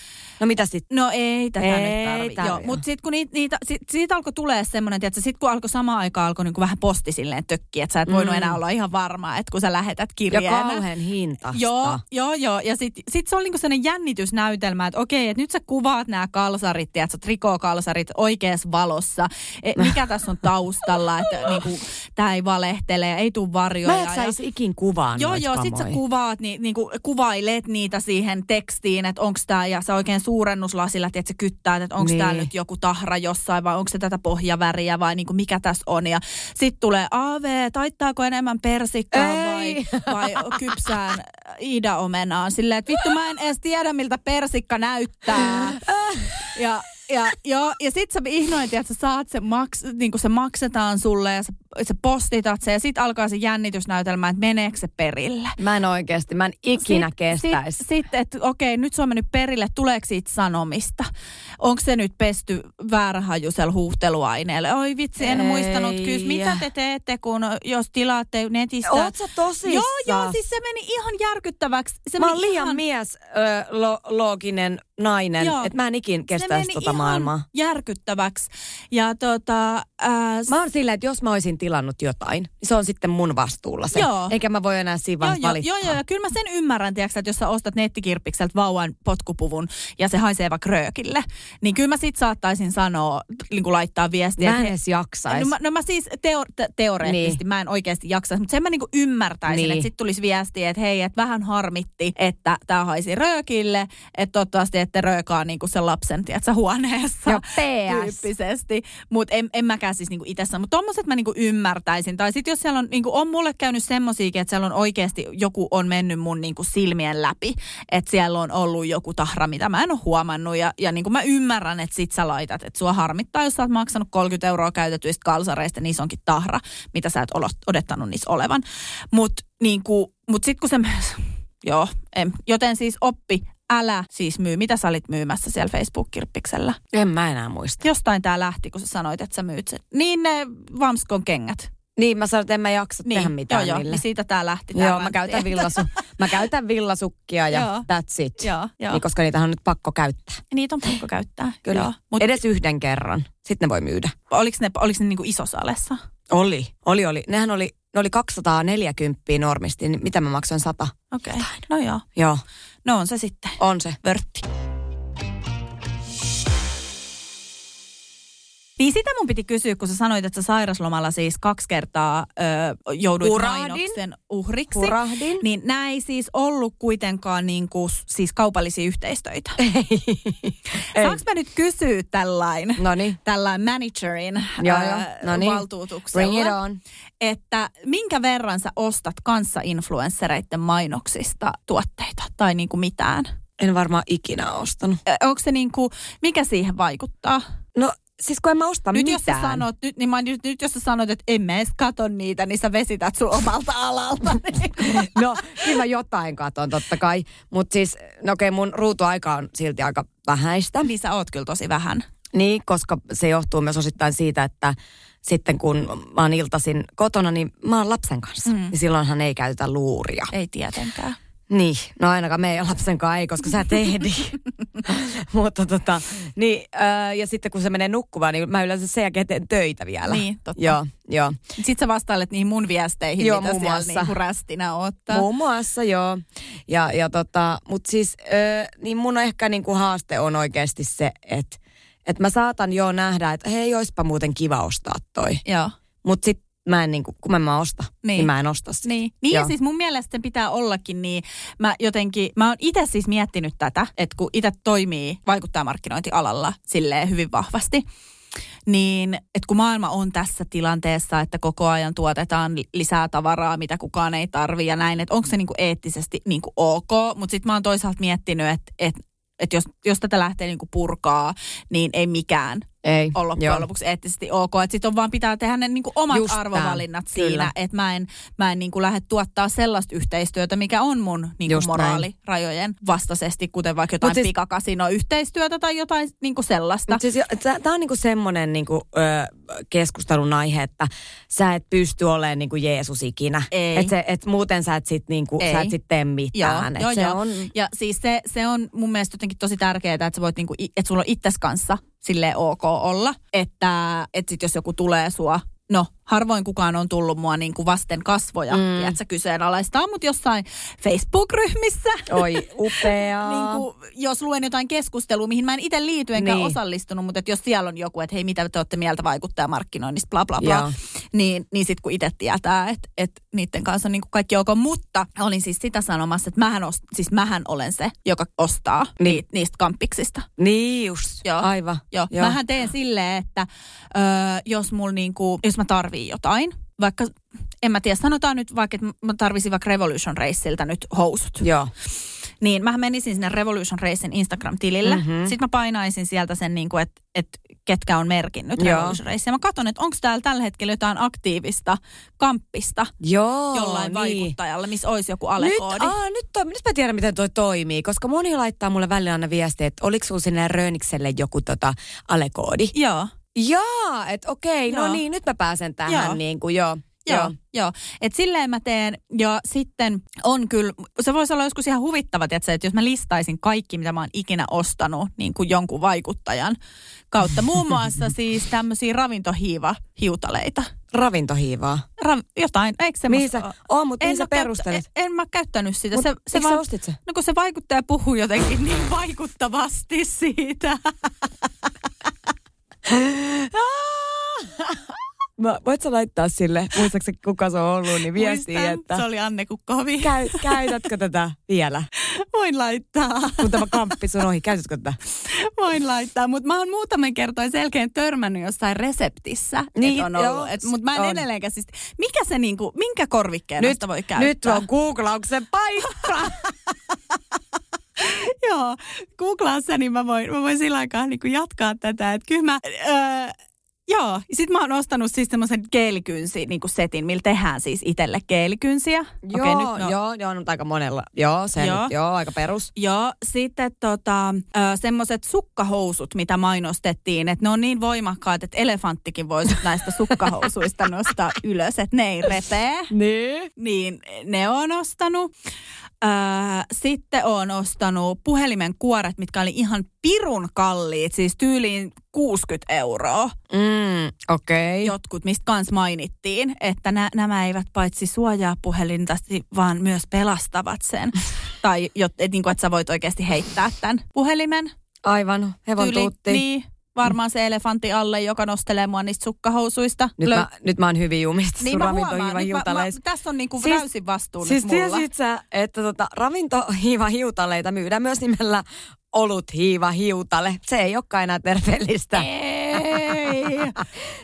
No mitä sitten?
No ei tätä
Ei
nyt tarvi. Joo,
tarvi.
mutta sitten kun niitä, niitä sit, siitä alkoi tulee semmoinen, että sitten kun alkoi samaan aikaan alkoi niinku vähän posti silleen tökkiä, että sä et voinut enää olla ihan varma, että kun sä lähetät
Mm. Ja
kirjeenä.
kauhean hintasta.
Joo, joo, joo. Ja sitten sit se oli niinku sellainen jännitysnäytelmä, että okei, että nyt sä kuvaat nämä kalsarit, ja sä trikookalsarit oikeassa valossa. E, mikä tässä on taustalla, että niinku, tämä ei valehtele, ja ei tule varjoja.
Mä et
ja-
saisi ikin kuvaan
Joo,
noita
joo, sit sä
kamoja.
kuvaat, niin, niin kuin, kuvailet niitä siihen tekstiin, että onko tämä, ja sä oikein suurennuslasilla, tiedät, sä kyttäät, että onko niin. tää
Niin.
nyt joku tahra jossain, vai onko se tätä pohjaväriä, vai niin kuin, mikä tässä on. Ja sit tulee AV, taittaako enemmän persikkaa vai,
Ei.
vai kypsään Ida-omenaan. Silleen, että vittu mä en edes tiedä, miltä persikka näyttää. Ja, ja, joo, ja sit sä ihnoit, että sä saat se, maks, niin se maksetaan sulle ja sä, sä postitat se ja sit alkaa se jännitysnäytelmä, että meneekö se perille.
Mä en oikeasti, mä en ikinä kestäisi.
Sitten, sit, sit, että okei, nyt se on mennyt perille, tuleeko siitä sanomista? Onko se nyt pesty väärähajuisella huuhteluaineella? Oi vitsi, en
Ei.
muistanut kyllä. Mitä te teette, kun jos tilaatte netistä?
Oot sä tosissas?
Joo, joo, siis se meni ihan järkyttäväksi. Se
Mä
meni
oon liian
ihan-
mies, ö, lo, looginen nainen,
Joo.
että mä en ikin
se
kestäisi
meni
tota
ihan
maailmaa.
järkyttäväksi. Ja tota, ää,
Mä oon silleen, että jos mä olisin tilannut jotain, niin se on sitten mun vastuulla se.
Joo.
Eikä mä voi enää siinä vaiheessa
joo,
valittaa.
joo, joo, ja kyllä mä sen ymmärrän, tiiäksä, että jos sä ostat nettikirppikseltä vauvan potkupuvun ja se haisee vaikka röökille, niin kyllä mä sit saattaisin sanoa, niin kuin laittaa viestiä.
Mä en
että
edes
he-
jaksaisi.
No mä, no mä siis teo, te, teoreettisesti, niin. mä en oikeasti jaksaisi, mutta sen mä niinku ymmärtäisin,
Niin.
että sit tulisi viesti, että hei, että vähän harmitti, että tää haisi röökille, että toivottavasti ette röökaa niinku sen lapsen, tiedätkö, huoneessa.
Ja PS.
Tyyppisesti, mutta en, en mäkään siis niinku itse sano. Mutta tommoset mä niinku ymmärtäisin. Tai sitten jos siellä on, niinku, on mulle käynyt semmosiakin, että siellä on oikeasti joku on mennyt mun niinku silmien läpi. Että siellä on ollut joku tahra, mitä mä en ole huomannut. Ja, ja niinku mä ymmärrän, että sit sä laitat, että sua harmittaa, jos sä oot maksanut 30 euroa käytetyistä kalsareista, niissä onkin tahra, mitä sä et ole odottanut niissä olevan. Mutta niinku, mut sitten kun se... Joo, en. joten siis oppi, älä siis myy. Mitä sä olit myymässä siellä Facebook-kirppiksellä?
En mä enää muista.
Jostain tää lähti, kun sä sanoit, että sä myyt sen. Niin ne Vamskon kengät.
Niin, mä sanoin, että en mä jaksa
Niin,
tehdä mitään
joo, joo,
niille.
niin siitä tää lähti. Tää
Joo, mä
räntti.
käytän, villasu, mä käytän villasukkia ja
Joo.
that's it.
Joo, joo.
Niin, koska niitähän on nyt pakko käyttää.
Niitä on pakko käyttää.
Kyllä.
Joo.
Mut...
Mut
Edes yhden kerran. Sitten ne voi myydä.
oliks ne, oliks ne niinku isossa alessa?
Oli. Oli, oli. Nehän oli, ne oli 240 normisti, niin mitä mä maksoin 100?
Okei. Okay. No joo.
Joo,
No on se sitten.
on se.
Vörtti. Niin sitä mun piti kysyä, kun sä sanoit, että sä sairaslomalla siis kaksi kertaa ö, jouduit
Hurahdin.
mainoksen uhriksi.
Hurahdin.
Niin nämä ei siis ollut kuitenkaan niin kuin, siis kaupallisia yhteistöitä.
Ei.
Saanko mä nyt kysyä tällain,
Noniin.
tällain managerin
Joo,
ää,
joo. Noniin.
valtuutuksella?
Bring it on.
Että minkä verran sä ostat kanssa influenssereiden mainoksista tuotteita tai niin kuin mitään?
En varmaan ikinä ostanut.
Ö, Onko se niin kuin, mikä siihen vaikuttaa?
No, siis kun en mä osta
Nyt
mitään.
jos, sä sanot, nyt, niin mä, nyt, nyt jos sä sanot, että en mä edes kato niitä, niin sä vesität sun omalta alalta.
No, kyllä mä jotain katon totta kai. Mutta siis, no okei, mun ruutuaika on silti aika vähäistä.
niin sä oot kyllä tosi vähän.
Niin, koska se johtuu myös osittain siitä, että sitten kun mä oon iltasin kotona, niin mä oon lapsen kanssa. Mm. Niin silloinhan ei käytetä luuria.
Ei tietenkään.
Niin, no ainakaan meidän lapsenkaan ei, koska sä tehdi. Mutta tota, niin, öö, ja sitten kun se menee nukkumaan, niin mä yleensä sen jälkeen teen töitä vielä.
Niin, totta.
Joo, joo.
Sitten sä vastailet niihin mun viesteihin,
Joo,
Joo, mitä
muun
siellä
muassa.
niinku rästinä ottaa.
Muun muassa, joo. Ja, ja tota, mutta siis, öö, niin mun ehkä niinku haaste on oikeasti se, että et mä saatan joo nähdä, että hei, oispa muuten kiva ostaa toi.
Joo.
Mutta sit mä en niinku, kun mä en mä osta, niin.
Niin.
niin mä en osta sitä.
Niin, niin ja
Joo.
siis mun mielestä sen pitää ollakin niin. Mä jotenkin, mä oon itse siis miettinyt tätä, että kun itse toimii, vaikuttaa markkinointialalla silleen hyvin vahvasti, niin että kun maailma on tässä tilanteessa, että koko ajan tuotetaan li- lisää tavaraa, mitä kukaan ei tarvi ja näin, että onko se niinku eettisesti niinku ok, mutta sitten mä oon toisaalta miettinyt, että et, et jos, jos tätä lähtee niinku purkaa, niin ei mikään
Ei.
ole loppujen
Joo.
lopuksi eettisesti ok. Sitten on vaan pitää tehdä ne niinku omat
Just tää.
arvovalinnat
Kyllä.
siinä, että mä en, mä en niinku lähde tuottaa sellaista yhteistyötä, mikä on mun niinku
Just näin.
moraalirajojen vastaisesti, kuten vaikka jotain
Mut siis-
siis, pikakasinoyhteistyötä tai jotain niinku sellaista.
Mut siis, tämä on niinku semmoinen niinku, ö, keskustelun aihe, että sä et pysty olemaan niinku Jeesus ikinä.
Ei.
Et se, et muuten sä et sit, niinku, sä
Ei.
et sit tee mitään. et se on
Ja siis se, se on mun mielestä jotenkin tosi tärkeää, että sä voit niinku, i- että sulla on itses kanssa sille ok olla. Että et sit jos joku tulee sua, no harvoin kukaan on tullut mua niinku vasten kasvoja, mm. että sä kyseenalaistaa mut jossain Facebook-ryhmissä.
Oi, upeaa.
Niin kuin, jos luen jotain keskustelua, mihin mä en itse liity enkä
Niin.
niin. osallistunut, mutta että jos siellä on joku, että hei mitä te olette mieltä vaikuttaa markkinoinnista, bla bla
Joo.
bla, niin, niin sitten kun itse tietää, että et niiden kanssa on niin kaikki ok. Mutta olin siis sitä sanomassa, että mähän, ost, siis mähän olen se, joka ostaa
Niin.
niin. niit, niistä kamppiksista.
Niin just,
Joo.
aivan.
Joo. Joo. Mähän teen silleen, että ö, jos, mul niinku, jos mä tarviin jotain, vaikka, en mä tiedä, sanotaan nyt vaikka, että mä tarvisin vaikka Revolution Raceilta nyt housut.
Joo.
Niin, mä menisin sinne Revolution Racein Instagram-tilille. Mm-hmm. Sitten mä painaisin sieltä sen, niin kuin, että, että ketkä on merkinnyt
Joo.
Revolution Racein. Mä katson, että onko täällä tällä hetkellä jotain aktiivista kamppista
Joo,
oh, jollain niin.
niin.
vaikuttajalle, missä olisi joku
Nyt,
alekoodi.
aa, nyt, toi, nyt mä tiedän, miten toi toimii, koska moni laittaa mulle välillä aina viestiä, että oliko sulla sinne Rönikselle joku tota, alekoodi.
Joo.
Jaa, että okei, no
Joo.
niin, nyt mä pääsen tähän,
Joo.
niin kuin, joo.
Joo, joo. Et silleen mä teen, ja sitten on kyllä, se voisi olla joskus ihan huvittava, tiiätkö, että jos mä listaisin kaikki, mitä mä oon ikinä ostanut niin kuin jonkun vaikuttajan kautta. Muun muassa siis tämmöisiä ravintohiiva-hiutaleita.
Ravintohiivaa.
Ra- jotain, eikö se
Mihin sä, oo, mutta mihin sä perustelet?
En, en mä käyttänyt sitä.
Mut
se,
miksi sä ostit sen?
No kun se vaikuttaja puhuu jotenkin niin vaikuttavasti siitä.
Mä, voit sä laittaa sille, muistaakseni kuka se on ollut, niin viestiä,
Muistan,
että
Se oli Anne Kukkohovi.
käy, käytätkö tätä vielä?
Voin laittaa.
Kun tämä kamppi sun ohi, käytätkö tätä?
Voin laittaa, mutta mä oon muutaman kertaan selkeän törmännyt jossain reseptissä,
Niin,
niin, on
joo,
ollut. Et, mut mä en
on.
edelleenkään siis, mikä se niinku, minkä korvikkeen noista voi käyttää?
nyt on googlauksen paikka.
Joo, googlaa se, niin mä voin, mä voin sillä aikaa niinku jatkaa tätä. Että kyllä mä, öö, joo, sit mä oon ostanut siis semmoisen geelikynsi niinku setin, millä tehdään siis itselle geelikynsiä.
joo,
Okei,
nyt no. joo, joo, mutta aika monella. Joo, se joo.
Joo.
Nyt, joo, aika perus.
Joo, sitten tota, semmoiset sukkahousut, mitä mainostettiin, että ne on niin voimakkaat, että elefanttikin voisi näistä sukkahousuista nostaa ylös, että ne ei repee.
Niin.
Niin ne on ostanut. Öö, sitten on ostanut puhelimen kuoret, mitkä oli ihan pirun kalliit, siis tyyliin 60 euroa.
Mm, okei. Okay.
Jotkut, mistä kans mainittiin, että nä- nämä eivät paitsi suojaa puhelinta, vaan myös pelastavat sen. tai jot, et, niin kuin, että sä voit oikeasti heittää tämän puhelimen.
Aivan, hevon
Tyyli-
tutti.
Niin, varmaan se elefantti alle, joka nostelee mua niistä sukkahousuista.
Nyt,
Lö-
mä, nyt mä oon hyvin jumista
niin
sun
mä huomaan,
ravintohiivan
nyt mä, mä,
hiutaleista.
tässä on niinku
Siis-
siis, täysin vastuu
Siis
nyt mulla.
tiesit sä, että tota, ravintohiivan hiutaleita myydään myös nimellä olut hiiva hiutale. Se ei olekaan enää terveellistä.
Ei.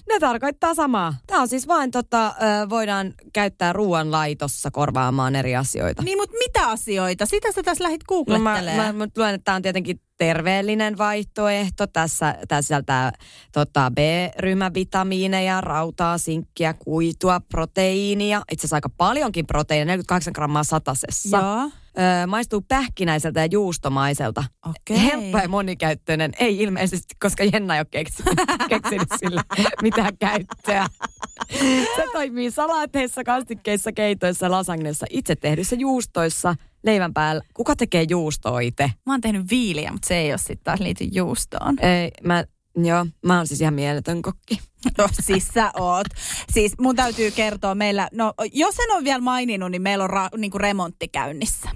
Ne tarkoittaa samaa. Tämä on siis vain, tota, ö, voidaan käyttää ruoan laitossa korvaamaan eri asioita.
Niin, mutta mitä asioita? Sitä sä tässä lähdit
No mä,
googlettelemaan.
mä, mä luen, että tämä on tietenkin terveellinen vaihtoehto. Tässä, tämä sisältää tota, B-ryhmän vitamiineja, rautaa, sinkkiä, kuitua, proteiinia. Itse asiassa aika paljonkin proteiinia, 48 grammaa satasessa.
Joo.
Öö, maistuu pähkinäiseltä ja juustomaiselta.
Okei.
Helppo ja monikäyttöinen. Ei ilmeisesti, koska Jenna ei ole keksinyt, keksinyt sillä mitään käyttöä. Se toimii salaateissa, kastikkeissa, keitoissa, lasagnessa, itse tehdyissä juustoissa, leivän päällä. Kuka tekee juustoa itse?
Mä oon tehnyt viiliä, mutta se ei ole sitten taas liity juustoon.
Ei, mä, joo, mä oon siis ihan mieletön kokki.
No siis sä oot. Siis mun täytyy kertoa meillä, no jos en ole vielä maininnut, niin meillä on ra, niin kuin remontti käynnissä.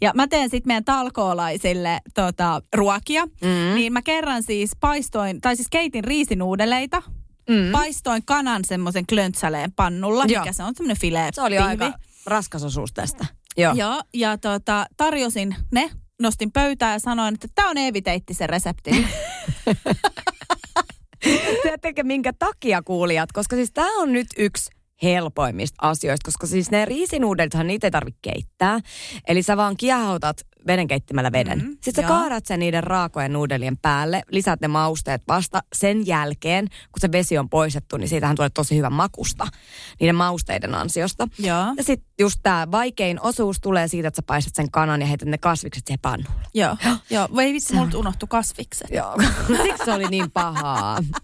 Ja mä teen sitten meidän talkoolaisille tota, ruokia. Mm. Niin mä kerran siis paistoin, tai siis keitin riisinuudeleita. Mm. Paistoin kanan semmoisen klöntsäleen pannulla,
Joo.
mikä se on semmoinen filee
Se oli aika raskas osuus tästä. Joo.
Joo. Joo, ja tota, tarjosin ne, nostin pöytään ja sanoin, että tämä on eviteitti se resepti.
Tiedättekö minkä takia kuulijat? Koska siis tämä on nyt yksi helpoimmista asioista, koska siis ne riisinuudelithan niitä ei tarvitse keittää. Eli sä vaan kiehautat vedenkeittimällä veden.
Mm,
Mm-hmm. Sitten sä
joo.
kaadat sen niiden raakojen nuudelien päälle, lisät ne mausteet vasta sen jälkeen, kun se vesi on poistettu, niin siitähän tulee tosi hyvä makusta niiden mausteiden ansiosta.
Joo.
Ja sitten just tämä vaikein osuus tulee siitä, että sä paistat sen kanan ja heität ne kasvikset siihen pannulle.
Joo, joo. Voi vitsi, multa unohtu kasvikset.
Joo. Siksi se oli niin pahaa. Joo.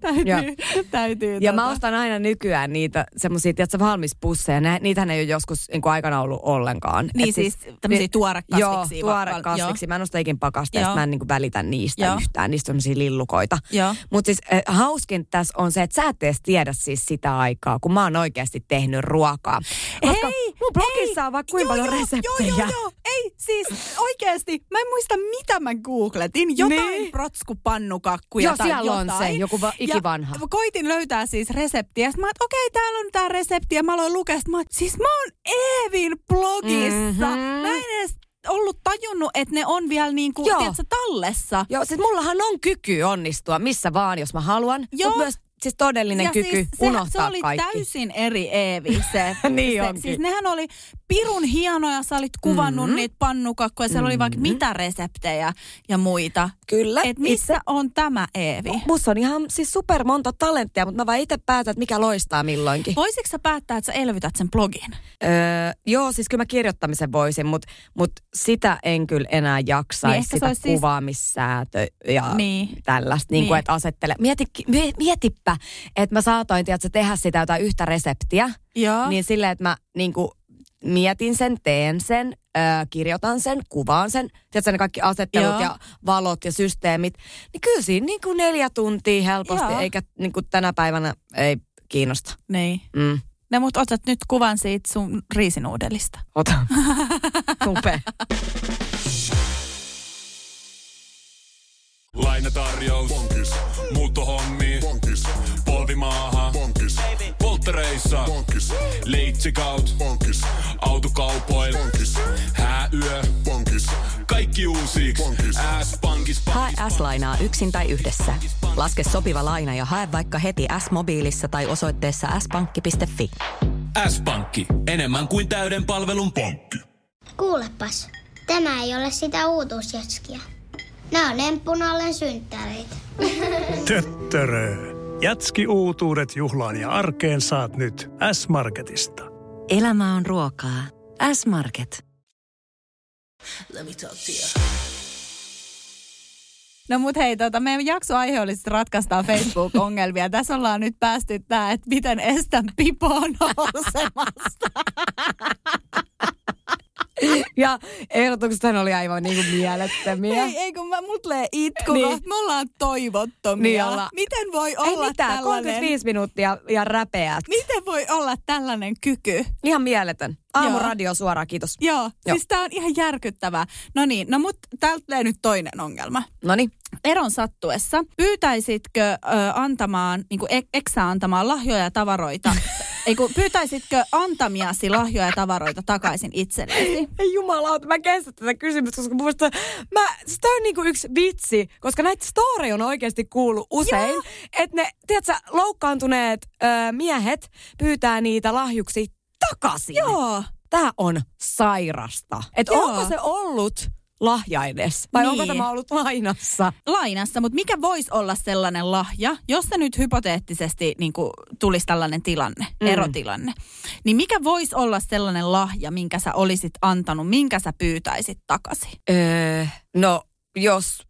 täytyy, Niin, täytyy.
Ja
tota-
mä ostan aina nykyään niitä semmoisia, tiedätkö, valmispusseja. Nä, niitähän ei ole joskus niin kuin aikana ollut ollenkaan.
Niin
Et
siis tämmöisiä tuorekasviksia
Joo,
va-
tuorekasviksi. Mä en osta ikinä pakasteista,
Joo.
mä en niin kuin välitä niistä
Joo.
joo. yhtään. Niistä on semmoisia lillukoita.
Joo.
Mutta siis äh, hauskin tässä on se, että sä et edes tiedä siis sitä aikaa, kun mä oon oikeasti tehnyt ruokaa. Koska
Ei,
mun blogissa
ei.
on vaikka kuinka
Joo,
paljon
joo,
reseptejä.
Joo, joo, joo. Ei, siis oikeasti. Mä en muista, mitä mä googletin. Jotain niin.
Niin.
protskupannukakkuja
Joo,
tai
siellä on
jotain.
se, joku va- ikivanha.
Ja koitin löytää siis reseptiä. Sitten mä oon, että okei, täällä on tää resepti. Ja mä aloin lukea. Sitten mä oon, siis mä oon Eevin blogissa. Mm-hmm.
Mhm.
Mä en edes ollut tajunnut, että ne on vielä niin kuin,
Joo.
tiedätkö, tallessa.
Joo, siis mullahan on kyky onnistua missä vaan, jos mä haluan.
Joo.
Mutta myös siis todellinen
ja
kyky
siis, se-
unohtaa
Se oli
kaikki.
täysin eri Eevi se.
Niin
se,
onkin.
Siis nehän oli pirun hienoja, sä olit kuvannut mm-hmm. niitä pannukakkoja, siellä mm-hmm. oli vaikka mitä reseptejä ja muita.
Kyllä.
Et missä itse... on tämä Eevi?
Musta on ihan siis super monta talenttia, mutta mä vaan itse päätän, että mikä loistaa milloinkin.
Voisitko sä päättää, että sä elvytät sen blogin?
Öö, joo, siis kyllä mä kirjoittamisen voisin, mutta mut sitä en kyllä enää jaksaisi,
Niin
niin
ehkä se
sitä
olisi siis-
kuvaamissäätö ja
Niin.
niin. tällaista, niin. Niin
Niin.
että asettele. Mieti, mie- mietipä, että mä saatoin tiedätkö, tehdä sitä jotain yhtä reseptiä,
Joo.
niin silleen, että mä niin kuin, mietin sen, teen sen, öö, kirjoitan sen, kuvaan sen, tiedätkö ne kaikki asettelut
Joo.
Joo. ja valot ja systeemit, niin kyllä siinä niin kuin neljä tuntia helposti,
Joo.
Joo. eikä niin kuin tänä päivänä ei kiinnosta.
niin.
Mm.
No mut otat nyt kuvan siitä sun riisinuudelista.
Ota. Upea.
Lainatarjous. Bonkis. Muuttohommi. Bonkis. Polvimaaha. Bonkis. Polttereissa. Bonkis. Leitsikaut. Bonkis. Autokaupoil. Bonkis. Hääyö. Bonkis. Kaikki uusi. S-pankis.
Hae S-lainaa yksin tai yhdessä. Laske sopiva laina ja hae vaikka heti S-mobiilissa tai osoitteessa s-pankki.fi.
S-pankki. Enemmän kuin täyden palvelun pankki.
Kuulepas, tämä ei ole sitä uutuusjatskia. Nämä on emppun allen synttäreitä.
Töttörö. Jätski uutuudet juhlaan ja arkeen saat nyt S-Marketista.
Elämä on ruokaa. S-Market.
No mut hei, tota, meidän jaksoaihe oli sit ratkaistaan Facebook-ongelmia. Tässä ollaan nyt päästy tää, että miten estän pipoa nousemasta.
Ja ehdotuksethan oli aivan niin kuin mielettömiä.
Ei, ei kun mä, mut tulee itku,
Niin.
niin. me ollaan toivottomia.
Niin ollaan.
ah, Miten voi
Ei
olla
mitään,
tällainen?
35 minuuttia ja räpeät.
Miten voi olla tällainen kyky?
Ihan mieletön. Aamuradio suoraan, kiitos.
Joo, Joo.
Joo.
siis tää on ihan järkyttävää. No niin, no mut täältä tulee nyt toinen ongelma.
Noniin.
Eron sattuessa, pyytäisitkö ö, antamaan, niin kuin eksä antamaan lahjoja ja tavaroita, ei kun pyytäisitkö antamiasi lahjoja ja tavaroita takaisin itsellesi?
Ei jumalauta, mä kestän tätä kysymystä, koska mun mielestä mä, siis tää on niinku yksi vitsi, koska näitä story on oikeasti kuullut usein, että ne, tiedätkö, loukkaantuneet ö, miehet pyytää niitä lahjuksi takaisin.
Joo.
Tää on sairasta. Et
Joo.
onko se ollut lahja edes? Vai
Niin.
onko tämä ollut lainassa?
Lainassa, mutta mikä voisi olla sellainen lahja, jos se nyt hypoteettisesti niin kuin, tulisi tällainen tilanne, mm. erotilanne, niin mikä voisi olla sellainen lahja, minkä sä olisit antanut, minkä sä pyytäisit Niin takaisin?
Öö, no, jos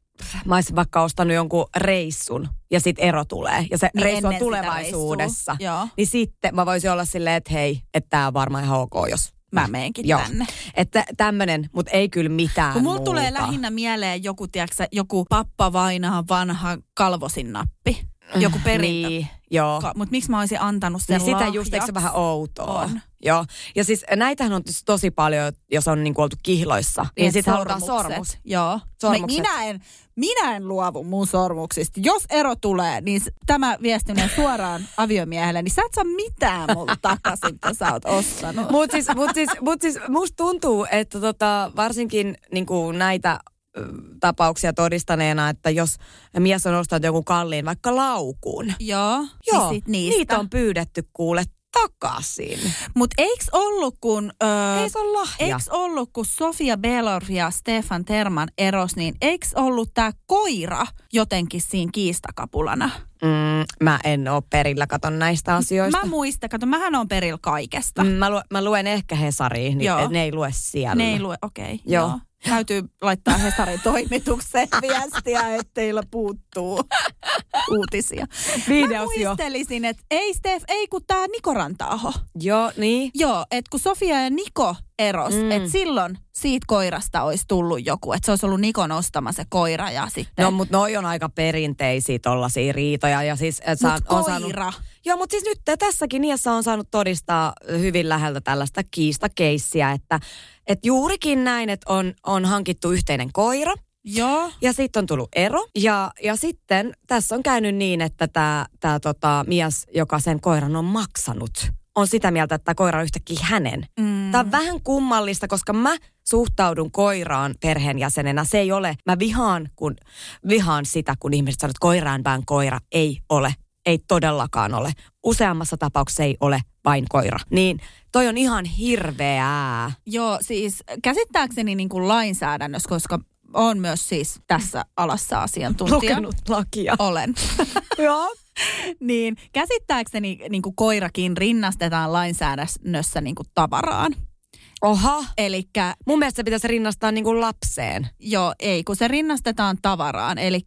mä olisin vaikka ostanut jonkun reissun ja sit ero tulee ja se
Niin
niin reissu on
ennen sitä
tulevaisuudessa,
reissua, joo.
niin sitten mä voisin olla silleen, että hei, että tää on varmaan ihan ok, jos
Mä meenkin
Joo.
tänne.
Että tämmönen, mutta ei kyllä mitään
Kun mulla
muuta.
tulee lähinnä mieleen joku, tiedätkö, joku pappa vainaa vanha kalvosin nappi. Joku perintö.
Niin, joo.
Mutta miksi mä olisin antanut sen
Niin sitä just, eikö
lahjaksi?
se vähän outoa?
On.
Joo. Ja siis näitähän on tietysti tosi paljon, jos on niinku oltu kihloissa. Niin
Et
sitten halutaan
sormukset.
sormus.
Joo.
Sormukset.
Minä en, minä en luovu mun sormuksista. Jos ero tulee, niin s- tämä viesti menee suoraan aviomiehelle, niin sä et saa mitään multa takaisin, mitä sä oot ostanut.
Mutta siis, mut siis, mut siis musta tuntuu, että tota, varsinkin niinku näitä ö, tapauksia todistaneena, että jos mies on ostanut joku kalliin vaikka laukun,
Joo.
Joo, niin
niin sit niistä.
niitä on pyydetty kuule takaisin.
Mutta eiks ollut kun... Ö,
Ei se ole lahja.
Eiks ollut kun Sofia Belor ja Stefan Terman eros, niin eiks ollut tämä koira jotenkin siinä kiistakapulana?
Mm, mä en oo perillä katon näistä asioista.
Mä muistan, kato, mähän on perillä kaikesta.
Mm,
Mm,
mä, lu, mä luen ehkä Hesariin, niin
Joo.
et ne ei lue siellä.
ne ei Niin lue, okei. Okay,
Joo.
Täytyy laittaa Hesarin toimitukseen viestiä, etteillä puuttuu uutisia. Mä
Videosio.
muistelisin, että ei Stef, ei kun tämä Niko Rantaaho.
Joo, niin.
Joo, että kun Sofia ja Niko eros, mm. että silloin siitä koirasta olisi tullut joku, että se olisi ollut Nikon ostama se koira ja sitten...
No, mutta noi on aika perinteisiä tollasia riitoja. Ja siis, et saan,
Mut
on saanut,
koira.
joo, mutta siis nyt tässäkin iässä on saanut todistaa hyvin läheltä tällaista kiistakeissiä, että et juurikin näin, että on, on hankittu yhteinen koira.
Joo.
Ja sitten on tullut ero. Ja, ja sitten tässä on käynyt niin, että tämä tää tota, mies, joka sen koiran on maksanut, on sitä mieltä, että tämä koira on yhtäkkiä hänen. Mm. Tämä on vähän kummallista, koska mä suhtaudun koiraan perheenjäsenenä. Se ei ole, mä vihaan, kun, vihaan sitä, kun ihmiset sanoo, että koiraan vain koira. Ei ole. Ei todellakaan ole. Useammassa tapauksessa ei ole vain koira. Niin toi on ihan hirveää.
Joo, siis käsittääkseni niin kuin lainsäädännössä, koska on myös siis tässä alassa asiantuntija.
lakia.
Olen.
Joo.
niin käsittääkseni niin kuin koirakin rinnastetaan lainsäädännössä niin kuin tavaraan.
Oha.
Eli
Mun mielestä se pitäisi rinnastaa niin kuin lapseen.
Joo, ei, kun se rinnastetaan tavaraan. Eli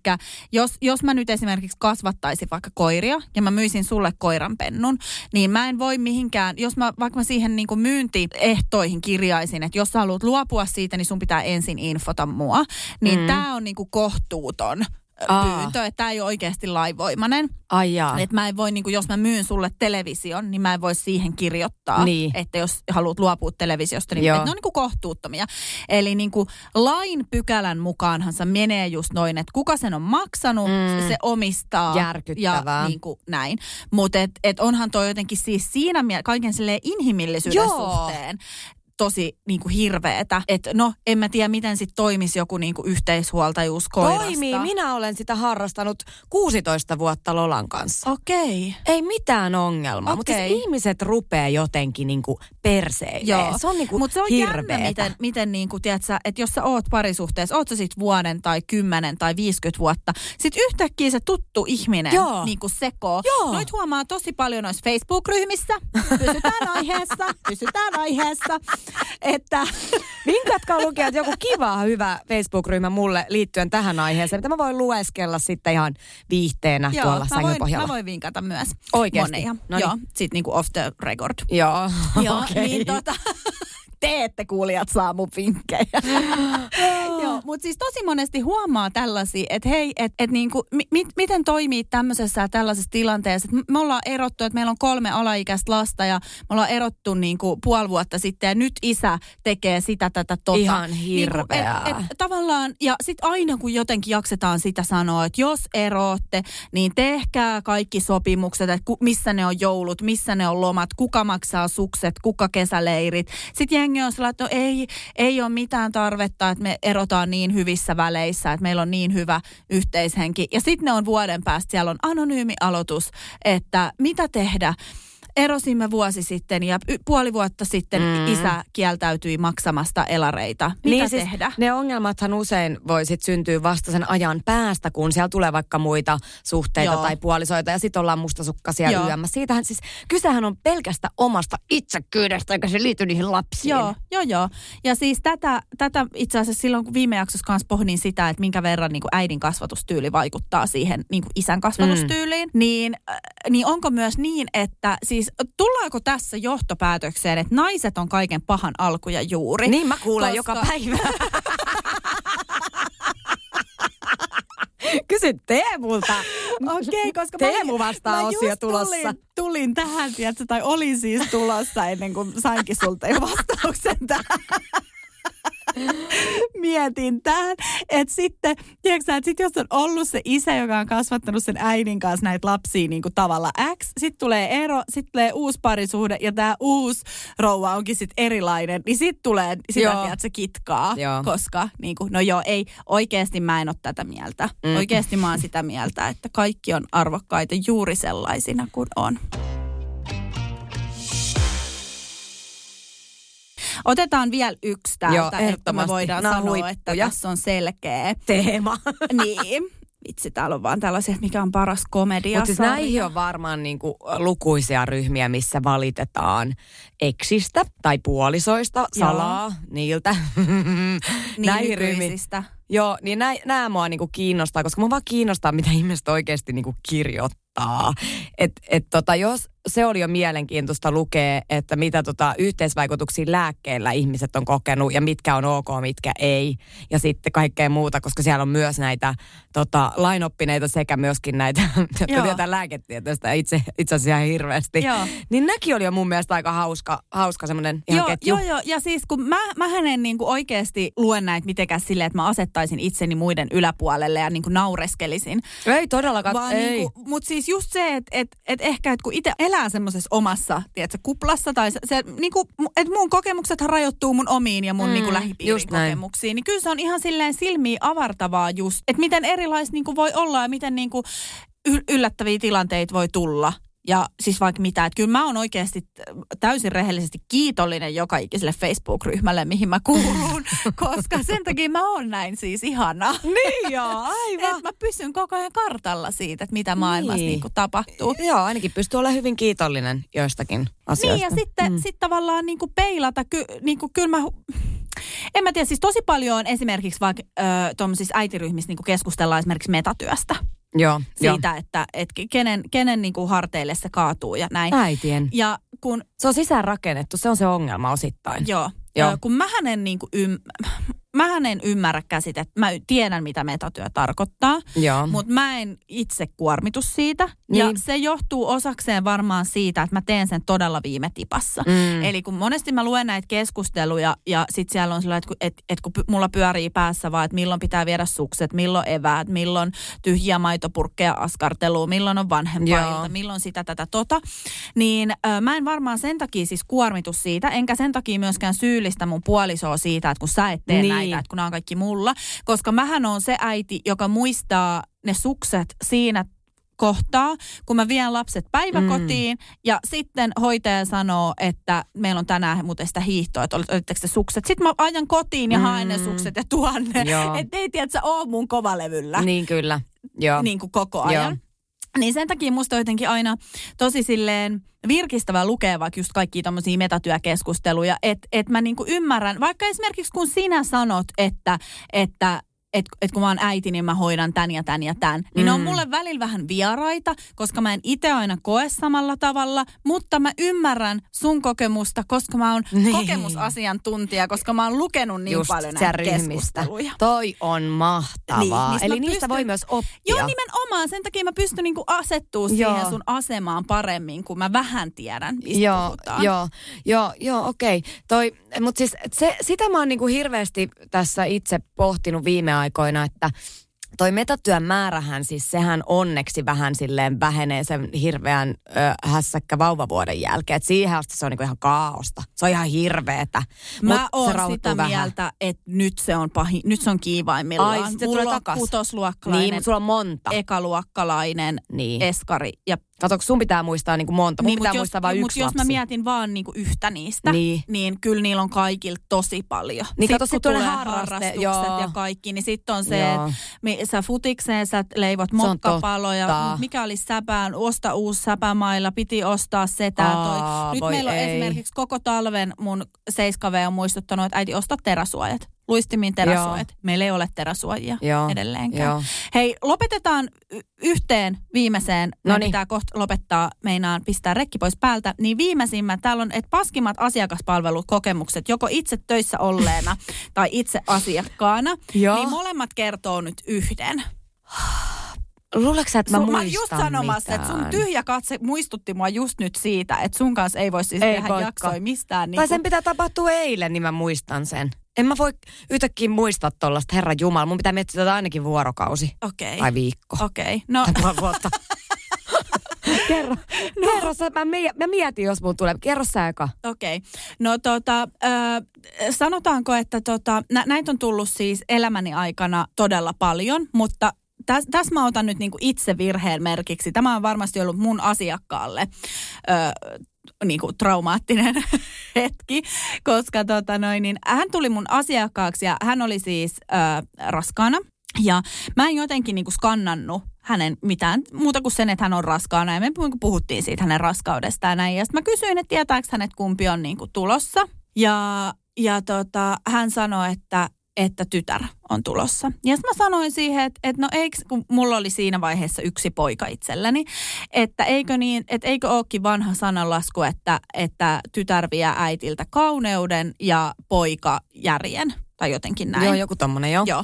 jos, jos mä nyt esimerkiksi kasvattaisin vaikka koiria ja mä myisin sulle koiranpennun, niin mä en voi mihinkään, jos mä vaikka mä siihen niin kuin myyntiehtoihin kirjaisin, että jos sä haluat luopua siitä, niin sun pitää ensin infota mua, niin mm. tämä on niin kuin kohtuuton ö,
Aa.
pyyntö, että tämä ei ole oikeasti lainvoimainen.
Ai jaa.
Et mä en voi, niin kuin, jos mä myyn sulle television, niin mä en voi siihen kirjoittaa,
Niin.
että jos haluat luopua televisiosta, niin
Joo.
et ne on niin kuin kohtuuttomia. Eli niin kuin lain pykälän mukaanhan se menee just noin, että kuka sen on maksanut, mm. se omistaa.
Järkyttävää.
Ja niin kuin näin. Mutta et, et onhan toi jotenkin siis siinä mie- kaiken silleen inhimillisyyden
Joo.
suhteen tosi niin kuin hirveetä. Että no, en mä tiedä, miten sitten toimisi joku niin kuin yhteishuoltajuus koirasta.
Toimii. Minä olen sitä harrastanut 16 vuotta Lolan kanssa.
Okei. Okay.
Ei mitään ongelmaa, okay. mutta siis
Okei.
ihmiset rupeaa jotenkin niinku perseilemään. Se on niinku
Mut se on
hirveetä.
jännä, miten, miten niin kuin, tiedätkö, että jos sä oot parisuhteessa, oot sä sit vuoden tai kymmenen tai 50 vuotta, sit yhtäkkiä se tuttu ihminen
Joo.
niin kuin sekoo.
Joo.
Noit huomaa tosi paljon noissa Facebook-ryhmissä. Pysytään aiheessa, pysytään aiheessa. Että
Ah, Vinkatkaa lukea, että joku kiva hyvä Facebook-ryhmä mulle liittyen tähän aiheeseen, mitä mä voin lueskella sitten ihan viihteenä Joo, tuolla
mä
sängyn
voin,
pohjalla.
mä voin vinkata myös.
Oikeesti?
Monia.
No niin.
Joo, sit niin kuin off the record.
Joo,
Joo,
okei.
niin tota, te ette kuulijat saa mun vinkkejä. Joo, mutta siis tosi monesti huomaa tällaisia, että hei, että et niinku, mi, mi, miten toimii tämmöisessä ja tällaisessa tilanteessa. Et me ollaan erottu, että meillä on kolme alaikäistä lasta ja me ollaan erottu niinku puoli vuotta sitten ja nyt isä tekee sitä, tätä, tota.
Ihan
Niinku, et-
hirveää.
et, tavallaan, ja sitten aina kun jotenkin jaksetaan sitä sanoa, että jos eroatte, niin tehkää kaikki sopimukset, että ku, missä ne on joulut, missä ne on lomat, kuka maksaa sukset, kuka kesäleirit. Sitten jengi on sellainen, että no ei, ei ole mitään tarvetta, että me erotaan niin hyvissä väleissä, että meillä on niin hyvä yhteishenki. Ja sitten ne on vuoden päästä, siellä on anonyymi aloitus, että mitä tehdä. Erosimme vuosi sitten ja y- puoli vuotta sitten mm. isä kieltäytyi maksamasta elareita. Mitä
niin siis
tehdä?
ne ongelmathan usein voi sit syntyä vasta sen ajan päästä, kun siellä tulee vaikka muita suhteita Joo.
Joo.
tai puolisoita ja sitten ollaan mustasukkasia
Joo.
yömässä. Siitähän siis, kysehän on pelkästä omasta itsekyydestä, eikä se liity niihin lapsiin.
Joo, joo, joo. Ja siis tätä, tätä itse asiassa silloin, kun viime jaksossa kanssa pohdin sitä, että minkä verran niin kuin äidin kasvatustyyli vaikuttaa siihen niin kuin isän kasvatustyyliin, mm. niin, äh, niin onko myös niin, että siis tullaanko tässä johtopäätökseen, että naiset on kaiken pahan alku ja juuri?
Niin mä kuulen
Koska-
joka päivä. Kysy Teemulta.
Okei, koska
Teemu
mä,
vastaa
mä
osio
just
tulossa.
Tulin, tulin tähän, tiedätkö, tai olin siis tulossa ennen kuin sainkin sulta jo vastauksen tähän. Mietin tämän, että sitten, tiedätkö, sä, että sit jos on ollut se isä, joka on kasvattanut sen äidin kanssa näitä lapsia niin kuin tavalla X, sitten tulee ero, sitten tulee uusi parisuhde ja tämä uusi rouva onkin sitten erilainen, niin sitten tulee sitä,
Joo.
tiedätkö, kitkaa,
Joo.
koska niin kuin, no joo, ei, oikeasti mä en ole tätä mieltä. Mm. Oikeasti mä oon sitä mieltä, että kaikki on arvokkaita juuri sellaisina kuin on. Otetaan vielä yksi täältä,
Joo,
Joo, että me
ehdottomasti.
voidaan
Nää on
sanoa, että
huippuja.
tässä on selkeä.
Teema.
niin. Vitsi, täällä on vaan tällaisia, että mikä on paras komedia.
Mutta siis näihin on varmaan niinku lukuisia ryhmiä, missä valitetaan eksistä tai puolisoista,
Joo. Niin,
salaa niiltä. näihin ryhmiin.
nykyisistä.
Joo, niin nämä mua niinku kiinnostaa, koska mua vaan kiinnostaa, mitä ihmiset oikeasti niinku kirjoittaa. Et, et tota, jos se oli jo mielenkiintoista lukea, että mitä tota yhteisvaikutuksia lääkkeillä ihmiset on kokenut ja mitkä on ok, mitkä ei. Ja sitten kaikkea muuta, koska siellä on myös näitä tota, lainoppineita sekä myöskin näitä, jotka
Joo.
tietää lääketieteestä itse, itse asiassa ihan hirveästi.
Joo.
Niin näki oli jo mun mielestä aika hauska, hauska semmoinen ihan
Joo,
ketju.
joo, joo, ja siis kun mä, mähän en niin kuin oikeasti luen näitä mitenkään silleen, että mä asettaisin itseni muiden yläpuolelle ja niin kuin naureskelisin.
Ei todellakaan,
Vaan
ei.
Niinku, mutta siis just se, että et, et ehkä et kun itse elää semmoisessa omassa tiedätkö, kuplassa, tai se, se niinku, että mun kokemuksethan rajoittuu mun omiin ja mun mm, niinku, lähipiirin
just näin.
kokemuksiin, niin kyllä se on ihan silleen silmiä avartavaa just, että miten erilais niinku, voi olla ja miten niinku, y- yllättäviä tilanteita voi tulla. Ja siis vaikka mitä, että kyllä mä oon oikeasti täysin rehellisesti kiitollinen joka ikiselle Facebook-ryhmälle, mihin mä kuulun, koska sen takia mä oon näin siis ihana.
Niin joo, aivan.
Et mä pysyn koko ajan kartalla siitä, että mitä maailmassa
Niin.
Eh. niin. niinku tapahtuu.
Joo, ainakin pystyy olemaan hyvin kiitollinen joistakin asioista.
Niin ja sitten mm. sit tavallaan niinku peilata, ky, niinku, kyllä mä, hu- en mä tiedä, siis tosi paljon on esimerkiksi vaikka tuommoisissa äitiryhmissä niinku keskustellaan esimerkiksi metatyöstä.
Joo,
Siitä, että et kenen, kenen niinku harteille se kaatuu ja näin.
joo. Äitien.
Ja kun
Se on sisäänrakennettu, se on se ongelma osittain.
Joo.
Joo.
Joo. Kun mähän en, niin kuin ymm, mähän en ymmärrä käsitettä. Mä y- tiedän, mitä metatyö tarkoittaa,
Joo.
mutta mä en itse kuormitu siitä. Ja
Niin.
se johtuu osakseen varmaan siitä, että mä teen sen todella viime tipassa.
Mm.
Eli kun monesti mä luen näitä keskusteluja ja sit siellä on sillä, että kun, et, et kun py- mulla pyörii päässä vaan, että milloin pitää viedä sukset, milloin eväät, milloin tyhjiä maitopurkkeja askartelua, milloin on
Joo.
vanhempailta, milloin sitä, tätä, tota. Niin ö, mä en varmaan sen takia siis kuormitu siitä, enkä sen takia myöskään syyllistä mun puolisoa siitä, että kun sä et
Niin.
tee niin. näitä, että kun nämä on kaikki mulla. Koska mähän on se äiti, joka muistaa ne sukset siinä kohtaa, kun mä vien lapset päiväkotiin ja sitten hoitaja sanoo, että meillä on tänään muuten sitä hiihtoa, että olit- olitteko te sukset. Sitten mä ajan kotiin ja haen ne sukset ja tuon ne,
Joo.
että ei tiedä, että sä oo mun kovalevyllä
Niin kyllä, joo.
niin kuin koko
Joo.
ajan. Niin sen takia musta on jotenkin aina tosi silleen virkistävää lukea vaikka just kaikkia tämmöisiä metatyökeskusteluja, että et mä niinku ymmärrän, vaikka esimerkiksi kun sinä sanot, että, että et, et kun mä oon äiti, niin mä hoidan tän ja tän ja tän. Niin mm. ne on
Mm.
mulle välillä vähän vieraita, koska mä en itse aina koe samalla tavalla, mutta mä ymmärrän sun kokemusta, koska mä oon
Niin.
niin. kokemusasiantuntija, koska mä oon lukenut niin
Just
paljon
sitä
näitä
ryhmistä.
keskusteluja.
Toi on mahtavaa.
Niin, niistä
Eli
mä
niistä
pystyn-
voi myös oppia.
Joo, nimenomaan. Sen takia mä pystyn niinku asettuu
Joo.
siihen sun asemaan paremmin, kun mä vähän tiedän, mistä
joo,
puhutaan.
Joo, joo, joo okei. Toi, mutta siis se, sitä mä oon niinku hirveästi tässä itse pohtinut viime aikoina, että toi metatyön määrähän siis sehän onneksi vähän silleen vähenee sen hirveän ö, hässäkkä vauvavuoden jälkeen. Et siihen asti se on niinku ihan kaaosta. Se on ihan hirveetä. Mut
Mä
se
oon
rauhoittuu
sitä
vähän.
mieltä, että nyt se on pahi, nyt se on kiivaimmillaan.
Ai, sit se
Mulla
tulee
on
takas.
kutosluokkalainen,
Niin, mutta sulla on monta.
ekaluokkalainen,
Niin.
E- eskari. Ja,
Kato, kun sun pitää muistaa niinku monta. Mun
niin,
pitää
mut
muistaa vain
mut
yksi
jos
lapsi.
mä mietin vaan niinku yhtä niistä,
Niin.
niin kyllä niillä on kaikilla tosi paljon.
Niin kato,
kun
sit tulee
tulee
harraste,
harrastukset
joo.
ja kaikki, niin sitten on se,
Joo.
että mi- sä futikseen, sä leivot
on
mokkapaloja,
totta.
mut mikä oli säpään, osta uusi säpämailla, piti ostaa setä.
Aa,
Toi. Nyt
voi
meillä on
ei.
esimerkiksi koko talven mun seiskave on muistuttanut, että äiti osta teräsuojat. Luistimin teräsuojat. Joo. Meillä ei ole teräsuojia
Joo.
edelleenkään.
Joo.
Hei, lopetetaan y- yhteen viimeiseen. Meidän
Noniin.
pitää kohta lopettaa, meinaan pistää rekki pois päältä. Niin viimeisimmän, täällä on, että paskimmat asiakaspalvelukokemukset, joko itse töissä olleena tai itse asiakkaana.
Joo.
Niin molemmat kertoo nyt yhden.
Luuleeko sä, että mä
sun, mä
muistan
olin just sanomassa,
mitään?
että sun tyhjä katse muistutti mua just nyt siitä, että sun kanssa ei voi siis
Ei
ei tehdä
voikaan.
jaksoja mistään.
Tai
Niin
sen pitää tapahtua eilen, niin mä muistan sen. En mä voi yhtäkkiä muistaa tollasta, herra Jumala. Mun pitää miettiä tätä ainakin vuorokausi.
Okei.
Tai viikko.
Okei, no
Tai puoli vuotta. kerro, no. kerro sä, mä, mie- mä mietin, jos mun tulee. Kerro sä eka.
Okei. No tota, ö, sanotaanko, että tota, nä- näitä on tullut siis elämäni aikana todella paljon, mutta tässä täs mä otan nyt niinku itse virheen merkiksi. Tämä on varmasti ollut mun asiakkaalle ö, niin kuin traumaattinen hetki, koska tota noin, niin hän tuli mun asiakkaaksi ja hän oli siis äh, raskaana. Ja mä en jotenkin niin kuin skannannut hänen mitään muuta kuin sen, että hän on raskaana. Ja me niinku puhuttiin siitä hänen raskaudesta ja näin. Ja sitten mä kysyin, että tietääkö hänet kumpi on niin kuin tulossa. Ja, ja tota, hän sanoi, että, että tytär on tulossa. Ja sitten mä sanoin siihen, että, että no eikö, kun mulla oli siinä vaiheessa yksi poika itselläni, että eikö, niin, että eikö olekin vanha sananlasku, että, että tytär vie äitiltä kauneuden ja poika järjen. Tai jotenkin näin.
Joo, joku tommonen joo.
Joo.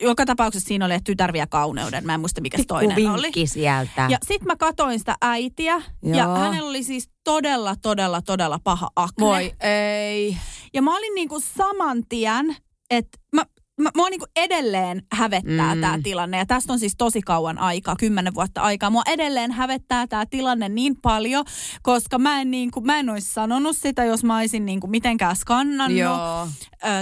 Joka tapauksessa siinä oli, että tytär vie kauneuden. Mä en muista, mikä se toinen oli.
vinkki sieltä.
Ja sit mä katoin sitä äitiä. Joo. Ja
Joo.
hänellä oli siis todella, todella, todella paha akne.
Voi ei.
Ja mä olin niinku saman tien, että mä, mä, mua niinku edelleen hävettää mm. tämä tilanne. Ja tästä on siis tosi kauan aikaa, kymmenen vuotta aikaa. Mua edelleen hävettää tämä tilanne niin paljon, koska mä en, niinku, mä en olisi sanonut sitä, jos mä olisin niinku mitenkään skannannut
Joo.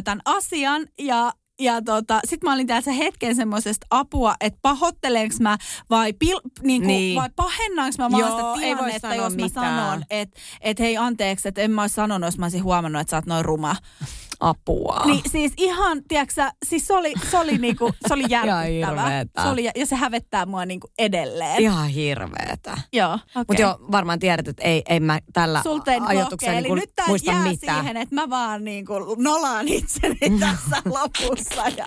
tämän asian ja ja tota, sit mä olin tässä hetken semmoisesta apua, että pahoittelenko mä vai, pil, niinku, niin.
Niin.
vai pahennanko mä vaan
Joo,
sitä
ei voi
tilannetta,
sanoa
jos mä
mitään.
sanon, että et hei anteeksi, että en mä ois sanonut, jos mä olisin huomannut, että sä oot noin ruma.
Apua.
Niin siis ihan, tiedätkö siis se oli, se oli, niinku, se oli järkyttävä.
hirveetä.
se oli, ja se hävettää mua niinku edelleen.
Ihan hirveetä.
Joo, okay.
Mutta joo, varmaan tiedät, että ei, ei mä tällä
Sulta en
ajatuksella
kokee. Eli
niinku
nyt tää
muista
jää
mitään. Mm.
siihen, että mä vaan niin kuin nolaan itseni tässä lopussa ja,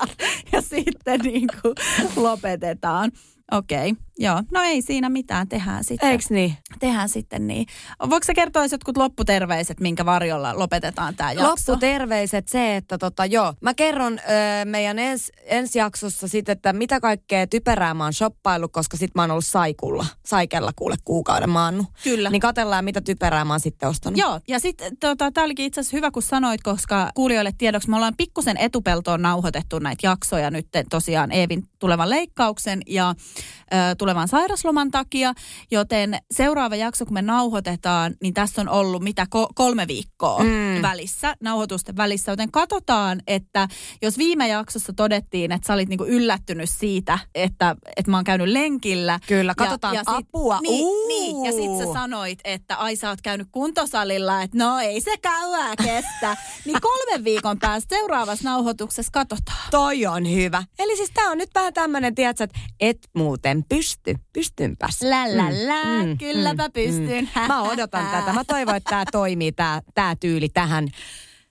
ja sitten niin kuin lopetetaan. Okei, okay, joo. No ei siinä mitään, tehdään sitten.
Eiks niin?
Tehdään sitten niin. Voiko sä kertoa jos jotkut lopputerveiset, minkä varjolla lopetetaan tämä jakso?
Lopputerveiset se, että tota, joo, mä kerron ö, meidän ens, ensi jaksossa sit, että mitä kaikkea typerää mä oon shoppaillut, koska sit mä oon ollut saikulla, saikella kuule kuukauden maannut.
Kyllä.
Niin katellaan, mitä typerää mä oon sitten ostanut.
Joo, ja sitten tota, tämä olikin itse asiassa hyvä, kun sanoit, koska kuulijoille tiedoksi me ollaan pikkusen etupeltoon nauhoitettu näitä jaksoja nyt eh, tosiaan Eevin tulevan leikkauksen ja ö, tulevan sairasloman takia, joten seuraava jakso, kun me nauhoitetaan, niin tässä on ollut mitä ko- kolme viikkoa mm. välissä, nauhoitusten välissä, joten katsotaan, että jos viime jaksossa todettiin, että sä olit niinku yllättynyt siitä, että, että mä oon käynyt lenkillä.
Kyllä, katsotaan. Apua,
Niin,
uu.
niin, ja sitten sä sanoit, että ai sä oot käynyt kuntosalilla, että no ei se kauaa kestä. niin kolmen viikon päästä seuraavassa nauhoituksessa katsotaan.
Toi on hyvä. Eli siis tää on nyt vähän tämmönen, tiedätkö, että et muuten pysty, pystynpäs.
Lä, lä,
Mm.
lä, kylläpä pystyn.
Mä odotan tätä. Mä toivon, että tämä toimii, tämä tää tyyli tähän,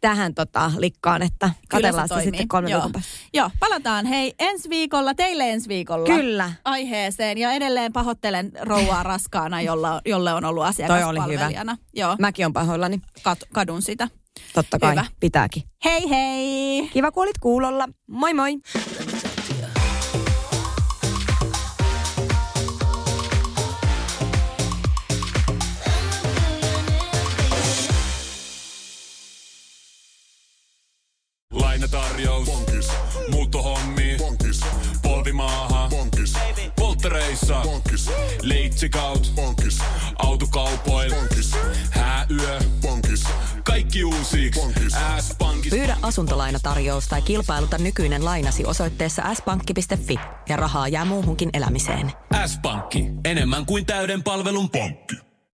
tähän tota, likkaan, että
Kyllä
katellaan
se
sitä
toimii.
sitten kolme
Joo.
viikon päästä.
Joo, palataan hei ensi viikolla, teille ensi viikolla.
Kyllä.
Aiheeseen ja edelleen pahoittelen rouvaa raskaana, jolla, jolle on ollut asiakaspalvelijana. Joo, Mä...
Mäkin on pahoillani.
kat, kadun sitä.
Totta kai,
Hyvä.
pitääkin.
Hei hei!
Kiva, kun olit kuulolla. Moi moi!
Lainatarjous. Bonkis. Muuttohommi. Bonkis. Polvimaaha. Bonkis. Polttereissa. Bonkis. Leitsikaut. Bonkis. Autokaupoil. Bonkis. Hääyö. Bonkis. Kaikki uusi. S-pankki.
Pyydä asuntolainatarjous tai kilpailuta nykyinen lainasi osoitteessa s-pankki.fi ja rahaa jää muuhunkin elämiseen.
S-pankki. Enemmän kuin täyden palvelun pankki.